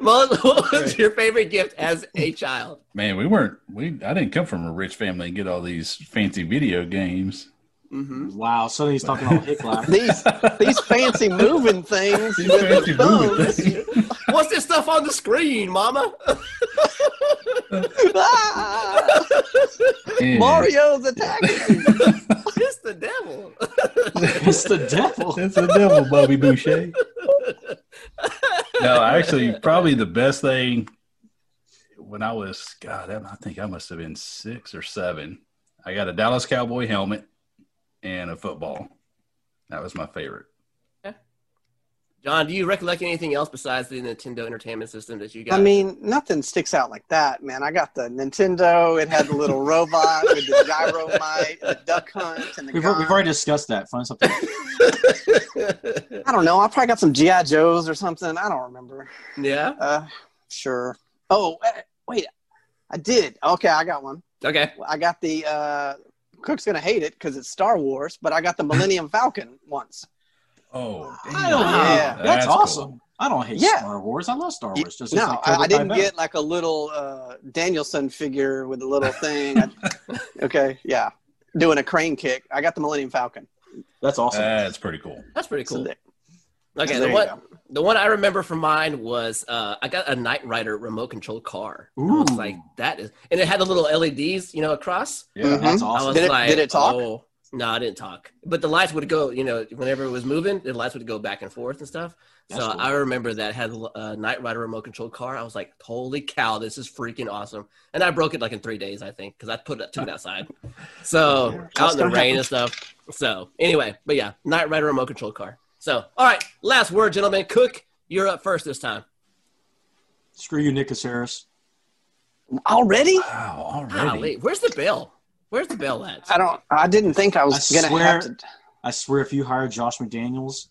Mullen, what was your favorite gift as a child?
Man, we weren't. We I didn't come from a rich family and get all these fancy video games.
Mm-hmm.
hmm
Wow, suddenly he's talking all hick laugh.
These these fancy moving things
These
with
fancy
the thumbs.
moving
What's this stuff on the screen, Mama?
Ah,
Yeah.
Mario's attacking. me.
it's the devil.
it's the devil.
That's the devil, Bobby Boucher. no, actually, probably the best thing when I was God, I think I must have been six or seven. I got a Dallas Cowboy helmet and a football. That was my favorite.
John, do you recollect anything else besides the Nintendo Entertainment System that you got?
I mean, nothing sticks out like that, man. I got the Nintendo. It had the little robot with the gyro mic, the duck hunt, and the
We've,
gun.
we've already discussed that. Find something.
I don't know. I probably got some GI Joes or something. I don't remember.
yeah.
Uh, sure. Oh, eh, wait. I did. Okay, I got one.
Okay.
I got the. Uh, Cook's gonna hate it because it's Star Wars, but I got the Millennium Falcon once.
Oh,
I don't
Yeah.
hate. That's, awesome. I don't hate
Yeah.
Star Wars. I love Star
You-
Wars. Just as
No,
like
I,
Cobra
I didn't
Kai
get like a little uh, Danielson figure with a little thing. I- okay, yeah, doing a crane kick. I got the Millennium Falcon.
Batman. That's awesome.
That's pretty cool.
That's pretty
So
cool.
there-
okay.
so
The
there you
one,
go.
the one I remember from mine was uh, I got a Knight Rider remote control car. And I was
Ooh.
like, that is. And it had the little LEDs, you know, across.
Yeah.
Mhm.
That's
I
awesome.
was
Did it-
like,
did it talk?
Oh. No, I didn't talk. But the lights would go, you know, whenever it was moving, the lights would go back and forth and stuff.
That's
so
cool.
I remember that had a uh, Knight Rider remote control car. I was like, holy cow, this is freaking awesome. And I broke it like in three days, I think, because I put it, took it outside. So out in the
gonna
rain and stuff. So anyway, but yeah, Knight Rider remote control car. So, all right, last word, gentlemen. Cook, you're up first this time.
Screw you, Nick Caceres.
Already?
Wow, already.
Golly, where's the bell? Where's the bell at?
I don't. I didn't think I was
I
gonna
swear-
have to.
I swear, if you hire Josh McDaniels,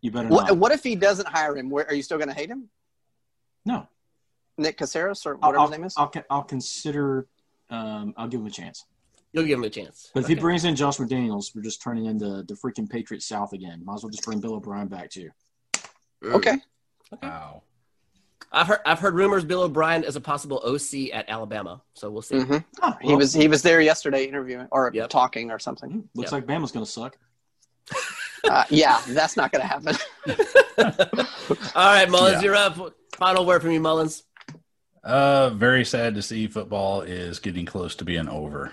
you better
What,
not.
what if he doesn't hire him? Where, are you still gonna hate him,
No,
Nick Caceres or whatever
I'll,
his name
I'll,
is?
I'll, I'll consider. Um, I'll give him a chance.
You'll give him a chance.
But if he
Okay.
brings in Josh McDaniels, we're just turning into the freaking Patriot South again. Might as well just bring Bill O'Brien back too.
Mm.
Okay.
Wow.
I've heard I've heard rumors Bill O'Brien is a possible OC at Alabama. So we'll see.
hmm
Oh,
He was he was there yesterday interviewing or
Yep.
talking or something.
mm, looks
Yeah.
like Bama's gonna suck.
Uh, yeah, that's not gonna happen. Mm.
All right, Mullins,
Yeah.
you're up. Final word from you, Mullins.
Uh, very sad to see football is getting close to being over.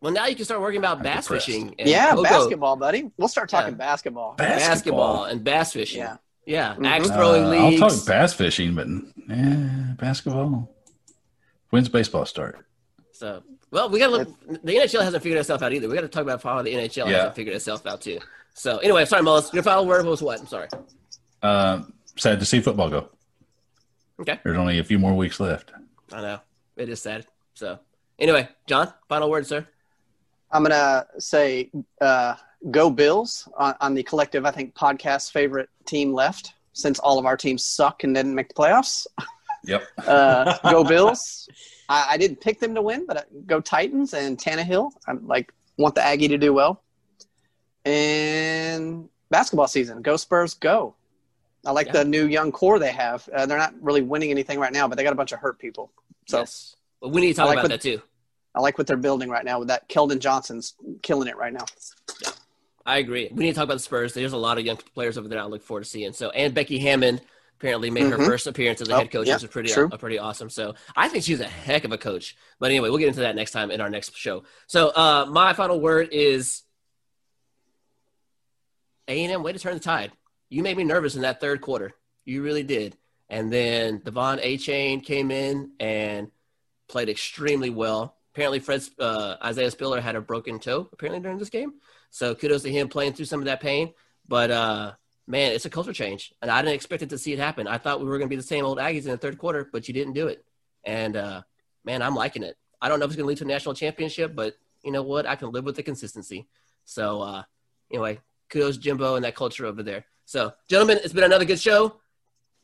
Well, now you can start working about
I'm
bass
depressed.
fishing. And
yeah,
go-go.
basketball, buddy. We'll start talking
Yeah.
basketball.
basketball, and bass fishing.
Yeah.
Yeah, yeah.
Mhm.
axe
Uh,
throwing leagues.
I'll talk bass fishing, but eh, basketball. When's baseball start?
so, well, we got to look. The NHL hasn't figured itself out either. We got to talk about how the NHL
Yeah.
hasn't figured itself out too. So, anyway, sorry, Mullins. Your final word was what? I'm sorry.
Uh, sad to see football go.
Okay.
There's only a few more weeks left.
I know it is sad. So, anyway, John, final word, sir.
I'm gonna say uh, go Bills on, on the collective. I think podcast favorite team left since all of our teams suck and didn't make the playoffs.
Yep.
Uh, go Bills. I, I didn't pick them to win, but uh, go Titans and Tannehill. I like want the Aggie to do well. And basketball season. Go Spurs. Go. I like
Yeah.
the new young core they have. Uh, they're not really winning anything right now, but they got a bunch of hurt people. So
yes, well, we need to talk
I like
about that
what-
too.
I like what they're building right now with that. Keldon Johnson's killing it right now.
I agree. We need to talk about the Spurs. There's a lot of young players over there. I look forward to seeing. So, and Becky Hammond apparently made her
Mhm.
first appearance as a
Oh,
head coach,
yeah,
which is pretty,
true.
uh, pretty awesome. So, I think she's a heck of a coach. But anyway, we'll get into that next time in our next show. So, uh, my final word is A and M. Way to turn the tide. You made me nervous in that third quarter. You really did. And then Devon A. Chain came in and played extremely well. Apparently, Fred uh, Isaiah Spiller had a broken toe apparently during this game. So kudos to him playing through some of that pain. But uh, man, it's a culture change, and I didn't expect it to see it happen. I thought we were going to be the same old Aggies in the third quarter, but you didn't do it. And uh, man, I'm liking it. I don't know if it's going to lead to a national championship, but you know what? I can live with the consistency. So uh, anyway, kudos Jimbo and that culture over there. So gentlemen, it's been another good show.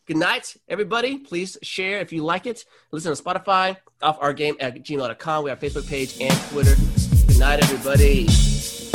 Good night, everybody. Please share if you like it. Listen on Spotify, off our game at gmail.com. We have our Facebook page and Twitter. Good night, everybody.